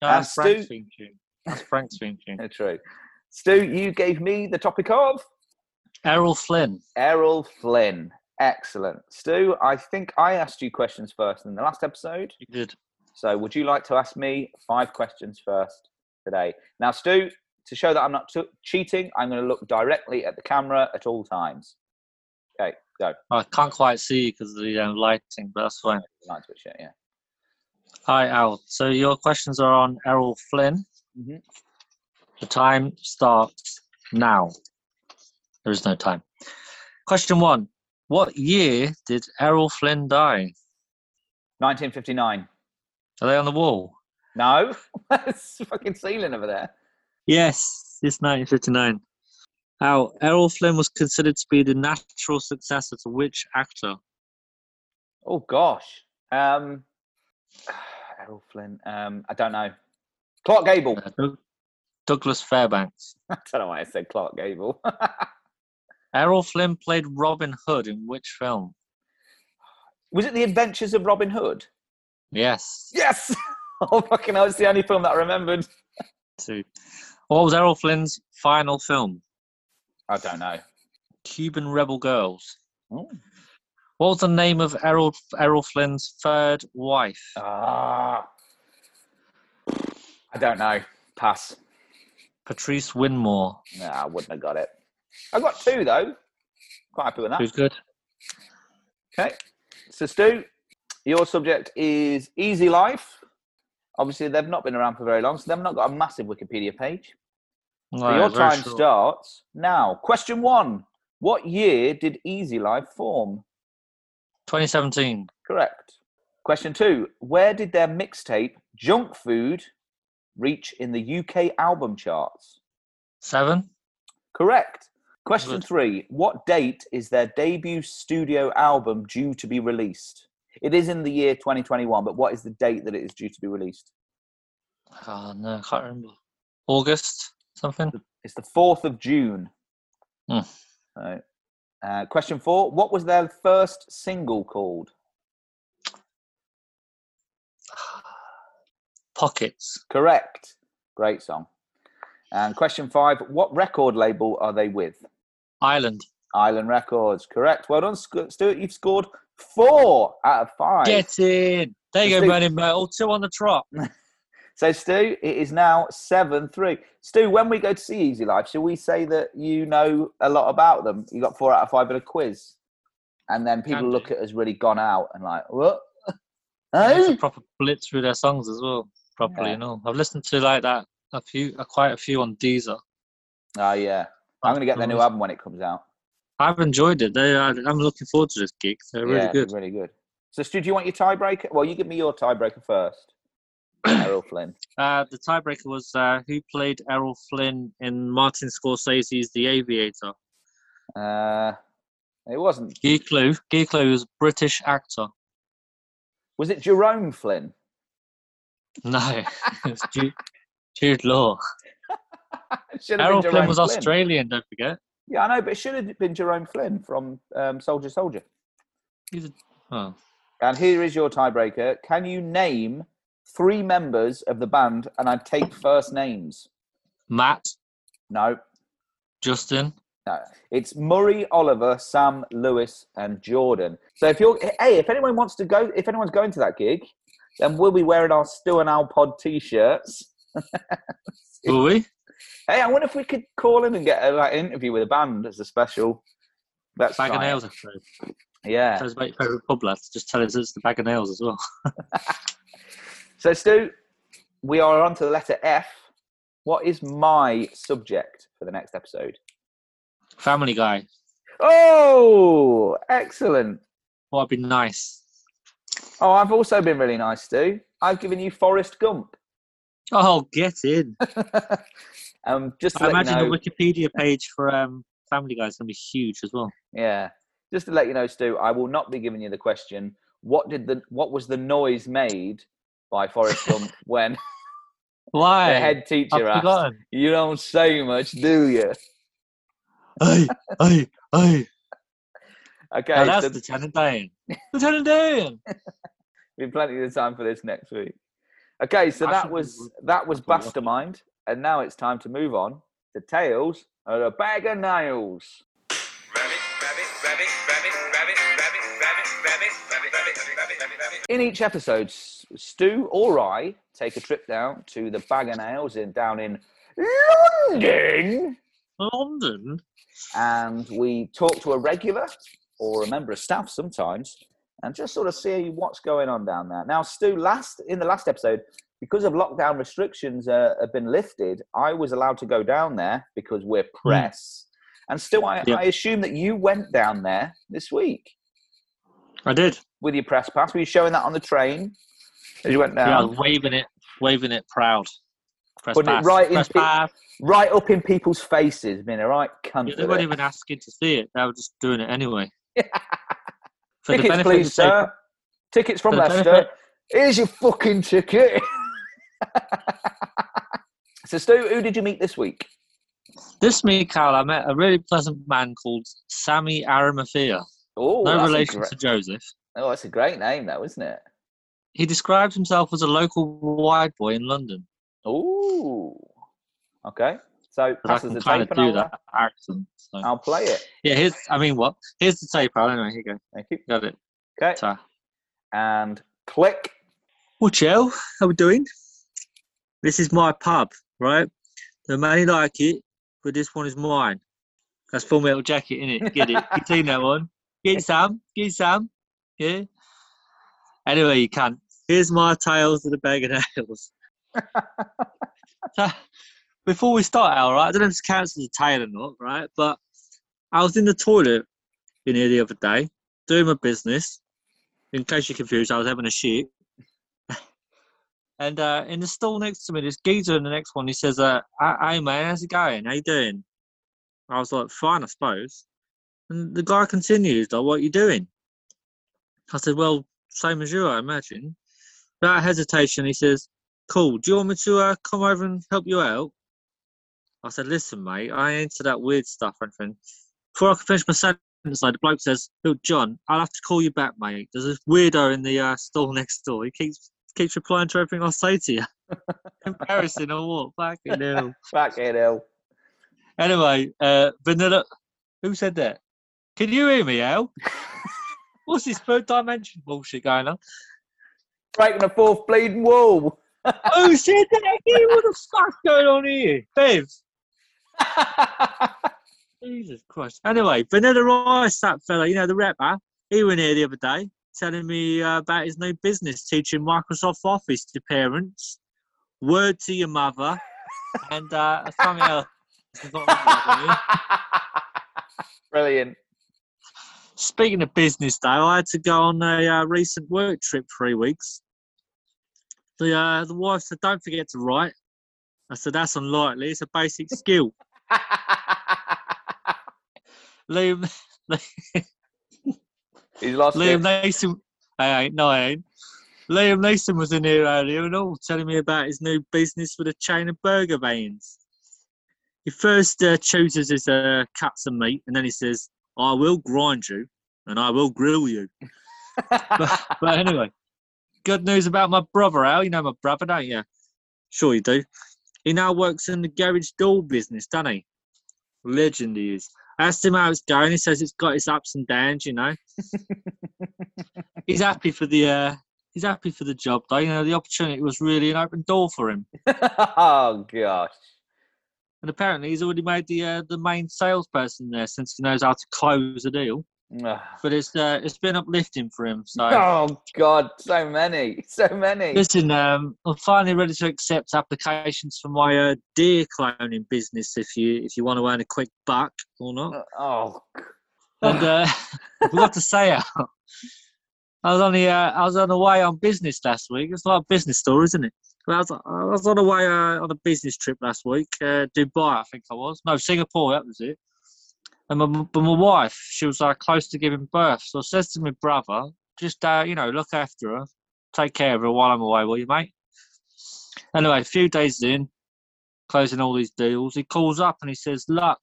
S1: That's
S2: That's
S1: Stu-
S2: Frank's theme tune. That's Frank's theme tune.
S1: true. Stu, you gave me the topic of
S2: Errol Flynn.
S1: Errol Flynn. Excellent. Stu, I think I asked you questions first in the last episode.
S2: You did.
S1: So would you like to ask me five questions first today? Now, Stu, to show that I'm not t- cheating, I'm going to look directly at the camera at all times. Okay, go.
S2: I can't quite see because of the um, lighting, but that's fine.
S1: Lights a bit shit, yeah.
S2: Hi, Al. So your questions are on Errol Flynn. Mm-hmm.
S1: Mhm.
S2: The time starts now. There is no time. Question one What year did Errol Flynn die?
S1: 1959.
S2: Are they on the wall?
S1: No, *laughs* that's the fucking ceiling over there.
S2: Yes, it's 1959. Al, Errol Flynn was considered to be the natural successor to which actor?
S1: *sighs* Oh gosh. Um Errol Flynn. Um I don't know. Clark Gable.
S2: Uh, Doug- Douglas Fairbanks.
S1: *laughs* I don't know why I said Clark Gable. *laughs*
S2: Errol Flynn played Robin Hood in which film?
S1: Was it The Adventures of Robin Hood?
S2: Yes.
S1: Yes! *laughs* Oh, fucking hell, it's the only film that I remembered.
S2: Two. What was Errol Flynn's final film?
S1: I don't know.
S2: Cuban Rebel Girls.
S1: Oh.
S2: What was the name of Errol, Errol Flynn's third wife?
S1: Ah. I don't know. Pass.
S2: Patrice Winmore.
S1: No, I wouldn't have got it. I got two, though. Quite happy with that.
S2: Who's good?
S1: Okay. So, Stu, your subject is Easy Life. Obviously, they've not been around for very long, so they've not got a massive Wikipedia page. So
S2: No,
S1: your
S2: very
S1: time
S2: short.
S1: starts now. Question one What year did Easy Life form?
S2: 2017.
S1: Correct. Question two Where did their mixtape, Junk Food, reach in the UK album charts?
S2: Seven.
S1: Correct. Question
S2: Good.
S1: three What date is their debut studio album due to be released? It is in the year 2021, but what is the date that it is due to be released?
S2: Oh, no, I can't remember. August something.
S1: It's the 4th of June.
S2: Hmm.
S1: So, uh, question four What was their first single called?
S2: Pockets.
S1: Correct. Great song. And question five What record label are they with?
S2: Ireland.
S1: Island Records. Correct. Well done, Sc- Stuart. You've scored four out of five.
S2: Get in. There
S1: Let's
S2: you go,
S1: do-
S2: Burning Metal. Two on the trot.
S1: So, Stu, it is now 7 3. Stu, when we go to see Easy Life, shall we say that you know a lot about them? You got four out of five in a quiz. And then people
S2: Can
S1: look
S2: do.
S1: at us really gone out and like, what?
S2: I need to
S1: Hey?
S2: proper blitz through their songs as well. Properly,
S1: Yeah.
S2: and all. I've listened to like that a few, uh, quite a few on Deezer.
S1: Oh, yeah. I'm going to get their new
S2: Nice.
S1: album when it comes out.
S2: I've enjoyed it. They, I, I'm looking forward to this gig. They're really
S1: Yeah,
S2: good.
S1: Really good. So, Stu, do you want your tiebreaker? Well, you give me your tiebreaker first. Errol Flynn.
S2: Uh, the tiebreaker was uh, who played Errol Flynn in Martin Scorsese's The Aviator.
S1: Uh, it wasn't.
S2: Guy Clue. Guy Clue was a British actor.
S1: Was it Jerome Flynn?
S2: *laughs* No, it's Jude, Jude Law.
S1: It should have been
S2: Errol Flynn
S1: Jerome
S2: was Australian. Don't forget.
S1: Yeah, I know, but it should have been Jerome Flynn from um, Soldier Soldier.
S2: He's a, oh.
S1: And here is your tiebreaker. Can you name three members of the band? And I take first names.
S2: Matt,
S1: No,
S2: Justin.
S1: no. It's Murray, Oliver, Sam, Lewis, and Jordan. So if you're, hey, if anyone wants to go, if anyone's going to that gig, then we'll be wearing our Stu and Al Pod t-shirts.
S2: Were we?
S1: Hey, I wonder if we could call in and get a like, interview with a band as a special. That's
S2: Bag of
S1: fine.
S2: Nails episode.
S1: Yeah.
S2: Tell us about your favourite pub, lads. Just tell us it's the Bag of Nails as well. *laughs*
S1: So, Stu, we are on to the letter F. What is my subject for the next episode?
S2: Family Guy.
S1: Oh, excellent.
S2: What would be nice?
S1: Oh, I've also been really nice, Stu. I've given you Forrest Gump. *laughs*
S2: Oh, get in.
S1: um, just to
S2: I
S1: let
S2: imagine
S1: you know,
S2: the Wikipedia page for um, Family Guy is going to be huge as well.
S1: yeah. Just to let you know, Stu, I will not be giving you the question. What did the what was the noise made by Forrest
S2: *laughs*
S1: Gump when the
S2: Why?
S1: head
S2: I've
S1: teacher asked,
S2: forgotten.
S1: "You don't say much, do you?"
S2: Hey, hey, hey.
S1: Okay,
S2: Now
S1: so
S2: that's Lieutenant Dan. Lieutenant Dan.
S1: We've plenty of time for this next week. Okay, so
S2: I
S1: that
S2: think we
S1: was
S2: will-
S1: that was
S2: we will.
S1: Mastermind, and now it's time to move on to Tails and a bag of nails. In each episode, S- Stu or I take a trip down to the bag of nails in down in London,
S2: London.
S1: and we talk to a regular or a member of staff sometimes and just sort of see what's going on down there. Now, Stu, last in the last episode, because of lockdown restrictions uh, have been lifted, I was allowed to go down there because we're press. And Stu, I,
S2: Hmm. Yeah.
S1: I assume that you went down there this week
S2: I did.
S1: with your press pass. Were you showing that on the train as you went
S2: Yeah, I
S1: down?
S2: was waving it, waving it proud. Press
S1: Putting it
S2: pass.
S1: right in
S2: Press
S1: pe-
S2: pass.
S1: Right up in people's faces, being a right cunt.
S2: Yeah,
S1: with
S2: they weren't
S1: it.
S2: even asking to see it. They were just doing
S1: *laughs*
S2: it anyway. For the
S1: Tickets,
S2: benefit
S1: please,
S2: of the
S1: sir. Tickets from
S2: For the
S1: Leicester.
S2: benefit-
S1: Here's your fucking ticket. *laughs* So, Stu, who did you meet this week?
S2: This week, Carl, I met a really pleasant man called Sammy Arimathea.
S1: Oh,
S2: no
S1: that's a
S2: relation
S1: great-
S2: to Joseph.
S1: Oh, that's a great name, though, isn't it?
S2: He described himself as a local wide boy in London.
S1: Oh, okay. So,
S2: But I
S1: pass us
S2: can
S1: the
S2: kind
S1: tape
S2: of
S1: and Oh.
S2: do
S1: I'll,
S2: that accent. So.
S1: I'll play it.
S2: Yeah, here's. I mean, what? Here's the tape, Al. Anyway, here you go.
S1: Thank you.
S2: Got it.
S1: Okay.
S2: Ta.
S1: And click.
S2: Well, Joe, how we doing? This is my pub, right? There are many like it, but this one is mine. That's Full Metal Jacket, innit? Get it? You seen that one? Get some, get some, yeah. Anyway, you can. Here's my tales of the bag of nails. so, before we start, Al, right? I don't know if this counts as a tale or not, right? But I was in the toilet in here the other day doing my business. In case you're confused, I was having a shit. And uh, in the stall next to me, this geezer in the next one, he says, uh, "Hey hey, man, how's it going? How you doing?" I was like, "Fine, I suppose." And the guy continues, "Like, what you doing?" I said, "Well, same as you, I imagine." Without hesitation, he says, "Cool. Do you want me to uh, come over and help you out?" I said, "Listen, mate, I ain't into that weird stuff or anything." Before I could finish my sentence, like the bloke says, "Look, John, I'll have to call you back, mate. There's this weirdo in the uh, stall next door. He keeps keeps replying to everything I say to you. Embarrassing or what? Fucking hell.
S1: Back it hell.
S2: Anyway, uh, Vanilla, who said that? Can you hear me, Al? What's this third dimension bullshit going on?
S1: Breaking the fourth bleeding wall. *laughs*
S2: Who said that? Again? What the fuck's going on here? Bev, Jesus Christ. Anyway, Vanilla Rice, that fella, you know, the rapper, he went here the other day telling me uh, about his new business teaching Microsoft Office to parents, Word to your mother, and uh, something else. It's not really good.
S1: Brilliant. *laughs*
S2: Speaking of business, though, I had to go on a uh, recent work trip three weeks. The uh, the wife said, "Don't forget to write." I said, "That's unlikely. It's a basic skill." Liam,
S1: He's lost
S2: Liam
S1: it.
S2: Neeson, I ain't, no, I ain't. Liam Neeson was in here earlier and all telling me about his new business with a chain of burger vans. He first uh, chooses his uh, cuts of meat, and then he says, "I will grind you, and I will grill you." but anyway, good news about my brother, Al. You know my brother, don't you? Sure you do. He now works in the garage door business, doesn't he? Legend he is. I asked him how it's going. He says it's got its ups and downs, you know. he's happy for the uh, he's happy for the job though. You know, the opportunity was really an open door for him.
S1: *laughs* oh gosh.
S2: And apparently he's already made the uh, the main salesperson there since he knows how to close a deal. But it's uh, it's been uplifting for him. So
S1: Oh god, so many, so many.
S2: Listen, um, I'm finally ready to accept applications for my uh, deer cloning business. If you if you want to earn a quick buck or not,
S1: Oh, g-
S2: and uh, *laughs* I forgot to say, Al, I was on the uh, I was on the way on business last week. It's like a business story, isn't it? Well, I was, I was on the way uh, on a business trip last week, uh, Dubai, I think I was. No, Singapore, that was it. And my, but my wife, she was like close to giving birth, so I says to my brother, just uh, you know, look after her, take care of her while I'm away, will you, mate? Anyway, a few days in, closing all these deals, he calls up and he says, "Look,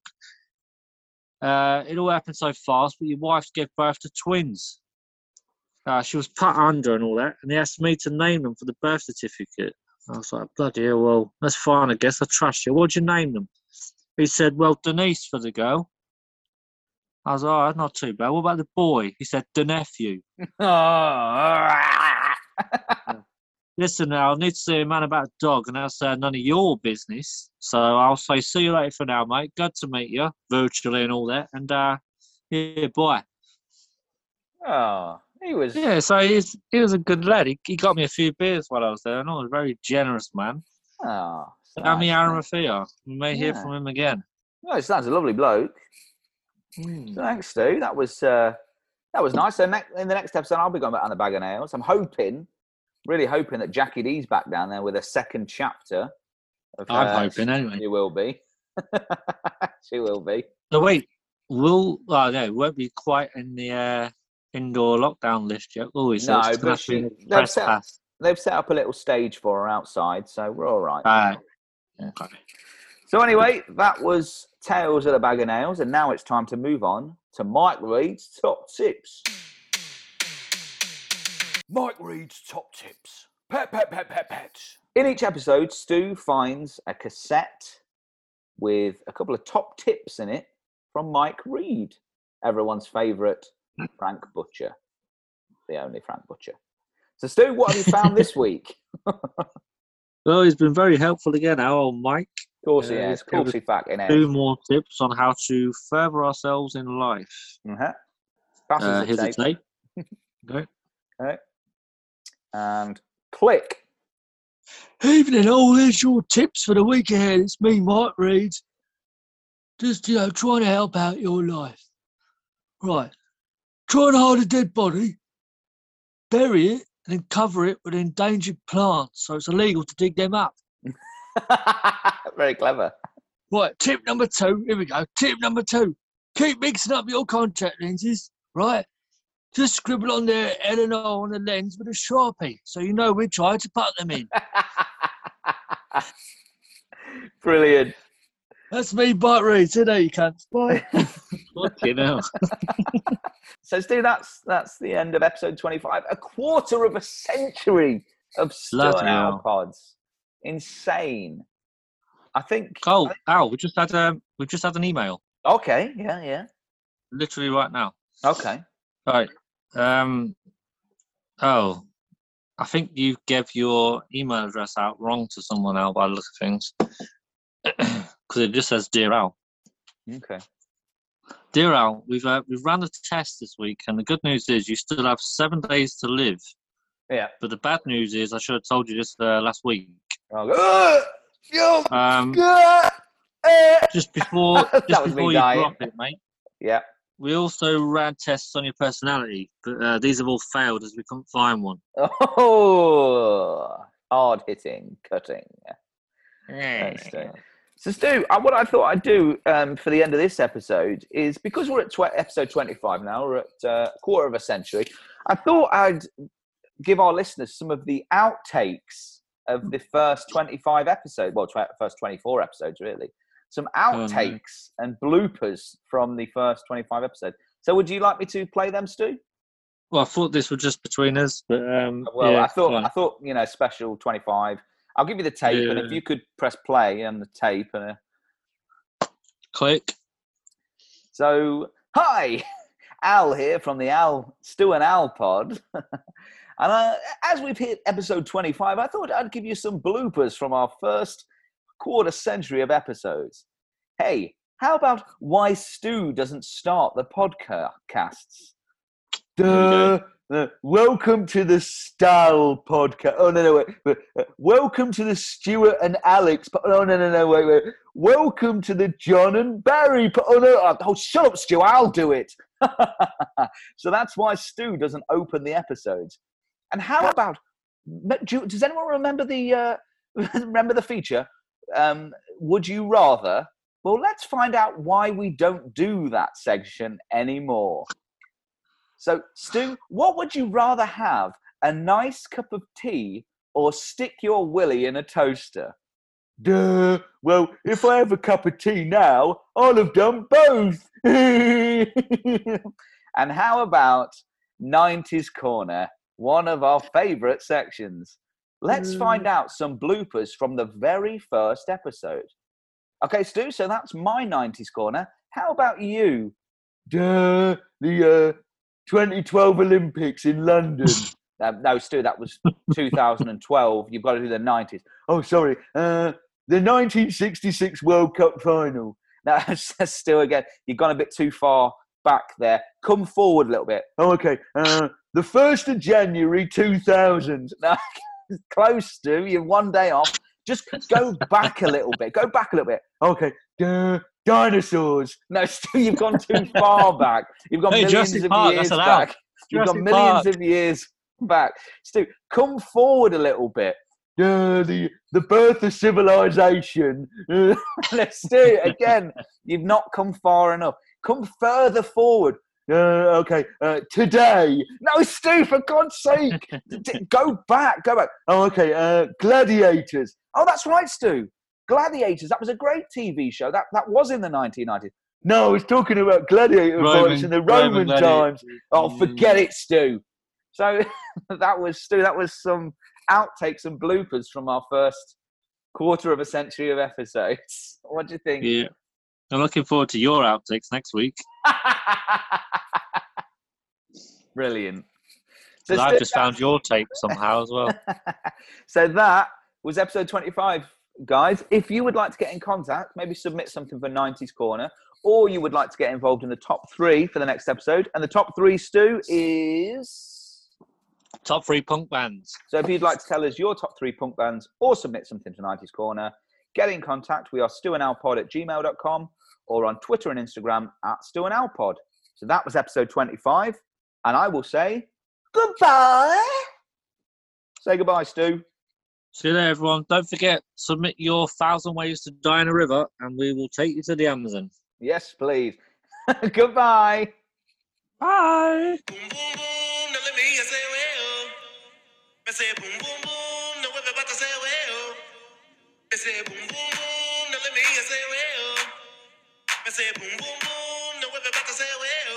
S2: uh, it all happened so fast, but your wife gave birth to twins. Uh, she was put under and all that, and they asked me to name them for the birth certificate. I was like, bloody hell, well, that's fine, I guess. I trust you. What'd you name them? He said, well, Denise for the girl. I was like, all right, not too bad. What about the boy? He said, the nephew.
S1: oh.
S2: Listen, now, I need to see a man about a dog, and that's uh, none of your business. So I'll say, see you later for now, mate. Good to meet you, virtually and all that. And uh, yeah, bye.
S1: oh, he was.
S2: Yeah, so he's, he was a good lad. He, he got me a few beers while I was there, and I was a very generous man.
S1: Oh, it's
S2: Ami
S1: nice, mate.
S2: Arafia, E we may hear
S1: Yeah.
S2: from him again.
S1: Oh, it sounds a lovely bloke. Thanks, Stu. That was uh, that was nice. So next, in the next episode, I'll be going back on the bag of nails. I'm hoping, really hoping that Jackie D's back down there with a second chapter. Of,
S2: I'm
S1: uh,
S2: hoping anyway.
S1: She will be. *laughs* she will be.
S2: So wait, will oh no, it won't be quite in the uh, indoor lockdown list yet. Oh, he's
S1: No, but
S2: just gonna have to be
S1: she-
S2: in the
S1: they've
S2: press
S1: set-
S2: pass.
S1: They've set up a little stage for her outside, so we're all right.
S2: Right.
S5: Okay.
S1: So anyway, that was Tales of the Bag of Nails, and now it's time to move on to Mike Reed's top tips. Mike Reed's top tips. Pet, pet, pet, pet, pet. In each episode, Stu finds a cassette with a couple of top tips in it from Mike Reed, everyone's favourite Frank Butcher, the only Frank Butcher. So, Stu, what have you found *laughs* this week?
S2: Well, he's been very helpful again, our old Mike.
S1: Of course, he
S2: Yeah,
S1: is.
S2: it's
S1: Of course, he fucking
S2: Two
S1: is.
S2: more tips on how to further ourselves in life.
S1: Uh-huh.
S2: Uh,
S1: Passes
S2: here's
S1: the
S2: a
S1: tape.
S2: tape.
S1: *laughs*
S2: Go.
S1: And click. *laughs*
S2: Evening, all. oh, Here's your tips for the week ahead. It's me, Mike Reed. Just, you know, trying to help out your life. Right. Try and hide a dead body, bury it, and then cover it with endangered plants so it's illegal to dig them up.
S1: Very clever.
S2: Right, tip number two. Here we go. Tip number two. Keep mixing up your contact lenses, right? Just scribble on there L and O on the lens with a sharpie so you know which eye to put them *laughs* in.
S1: Brilliant.
S2: That's me, Bart Reed. So there you cunts. Bye. Fucking hell.
S1: *laughs* So, Stu, that's that's the end of episode 25. A quarter of a century of Stu
S2: Bloody
S1: and
S2: hell.
S1: Al pods. Insane. I think.
S2: Oh, Al, we just had um, we just had an email
S1: Okay. Yeah. Yeah.
S2: literally right now.
S1: Okay.
S2: All right. Um, oh, I think you gave your email address out wrong to someone Al by the look of things *clears throat* because it just says dear Al.
S1: Okay.
S2: Dear Al, we've uh, we've run a test this week, and the good news is you still have seven days to live.
S1: Yeah.
S2: But the bad news is I should have told you this uh, last week.
S1: I'll go, "Ugh! Yo!
S2: Um,
S1: Gah! Eh!"
S2: just before
S1: *laughs* That
S2: just
S1: was me
S2: before you
S1: dying.
S2: drop it, mate.
S1: Yeah.
S2: We also ran tests on your personality, but uh, these have all failed as we couldn't find one.
S1: *laughs* Oh, hard hitting, cutting. Thanks, Stu. So, Stu, I, what I thought I'd do um, for the end of this episode is because we're at tw- episode 25 now, we're at uh, quarter of a century, I thought I'd give our listeners some of the outtakes of the first 25 episodes, well, tw- first 24 episodes, really. Some
S2: Oh, no.
S1: outtakes and bloopers from the first 25 episodes. So, would you like me to play them, Stu?
S2: Well, I thought this was just between us, but um,
S1: Uh, Well,
S2: yeah,
S1: I thought
S2: fine.
S1: I thought you know special twenty five. I'll give you the tape, and if
S2: Yeah.
S1: you could press play on the tape, and uh,
S2: click.
S1: so hi, *laughs* Al here from the Al Stu and Al Pod, and uh, as we've hit episode twenty five, I thought I'd give you some bloopers from our first quarter century of episodes. Hey, how about why Stu doesn't start the podcasts? Duh. Uh, welcome to the Style Podcast. Oh no, no, wait. wait, uh, Welcome to the Stuart and Alex. po- Oh no, no, no, wait, wait. Welcome to the John and Barry. po- Oh no, oh, oh, shut up, Stu. I'll do it. *laughs* so that's why Stu doesn't open the episodes. And how about? m- Do, does anyone remember the uh, *laughs* remember the feature? Um, would you rather? Well, let's find out why we don't do that section anymore. So, Stu, what would you rather have? A nice cup of tea or stick your willy in a toaster? Duh. Well, if I have a cup of tea now, I'll have done both. *laughs* and how about 90s Corner, one of our favourite sections? Let's find out some bloopers from the very first episode. Okay, Stu, so that's my 90s Corner. How about you? Duh, the uh, 2012 Olympics in London. Uh, no, Stu, that *laughs* was 2012. You've got to do the 90s. Oh, sorry. Uh, the 1966 World Cup final. *laughs* No, Stu, again, you've gone a bit too far back there. Come forward a little bit. Oh, okay. Uh, the 1st of January *laughs* 2000. No, close, Stu. You're one day off. Just go back a little bit. Go back a little bit. Okay. Duh, dinosaurs. No, *laughs* Stu, you've gone too far back. You've gone
S2: Hey,
S1: millions
S2: Jurassic
S1: of
S2: Park,
S1: years
S2: that's allowed.
S1: back. You've got millions of years back. Stu, come forward a little bit. Uh, the, the birth of civilization. *laughs* Uh, Let's do it again.
S5: *laughs*
S1: You've not come far enough. Come further forward. Uh, okay, uh, today. No, Stu, for God's
S5: *laughs*
S1: sake, D- d- go back, go back. Oh, okay, uh, gladiators. Oh, that's right, Stu. Gladiators, that was a great TV show. That, that was in the 1990s. No, he's talking about gladiator
S5: Roman-
S1: fights in the
S5: Roman
S1: Roman
S5: gladiator.
S1: times. Oh,
S2: Mm.
S1: forget it, Stu. So *laughs* that was Stu. That was some outtakes and bloopers from our first quarter of a century of episodes. *laughs* What do you think?
S2: Yeah. I'm looking forward to your outtakes next week.
S1: Brilliant. So,
S2: And I've
S1: Stu-
S2: just found your tape somehow as
S1: *laughs*
S2: well.
S1: so that was episode 25, guys. If you would like to get in contact, maybe submit something for 90s Corner, or you would like to get involved in the top three for the next episode. And the top three, Stu, is.
S2: Top three punk bands.
S1: So if you'd like to tell us your top three punk bands or submit something to 90s Corner, get in contact. We are stuandalpod at gmail.com or on Twitter and Instagram at stuandalpod. So that was episode 25. And I will say goodbye. Say goodbye, Stu.
S2: See you there, everyone. Don't forget, submit your thousand ways to die in a river, and we will take you to the Amazon.
S1: Yes, please. *laughs* goodbye.
S2: Bye.
S6: Boom, boom, boom, now let me hear you say well. I say boom, boom, boom, now everybody say well. I say boom, boom, boom, now let me hear you say well. I say boom, boom, boom, now everybody say well.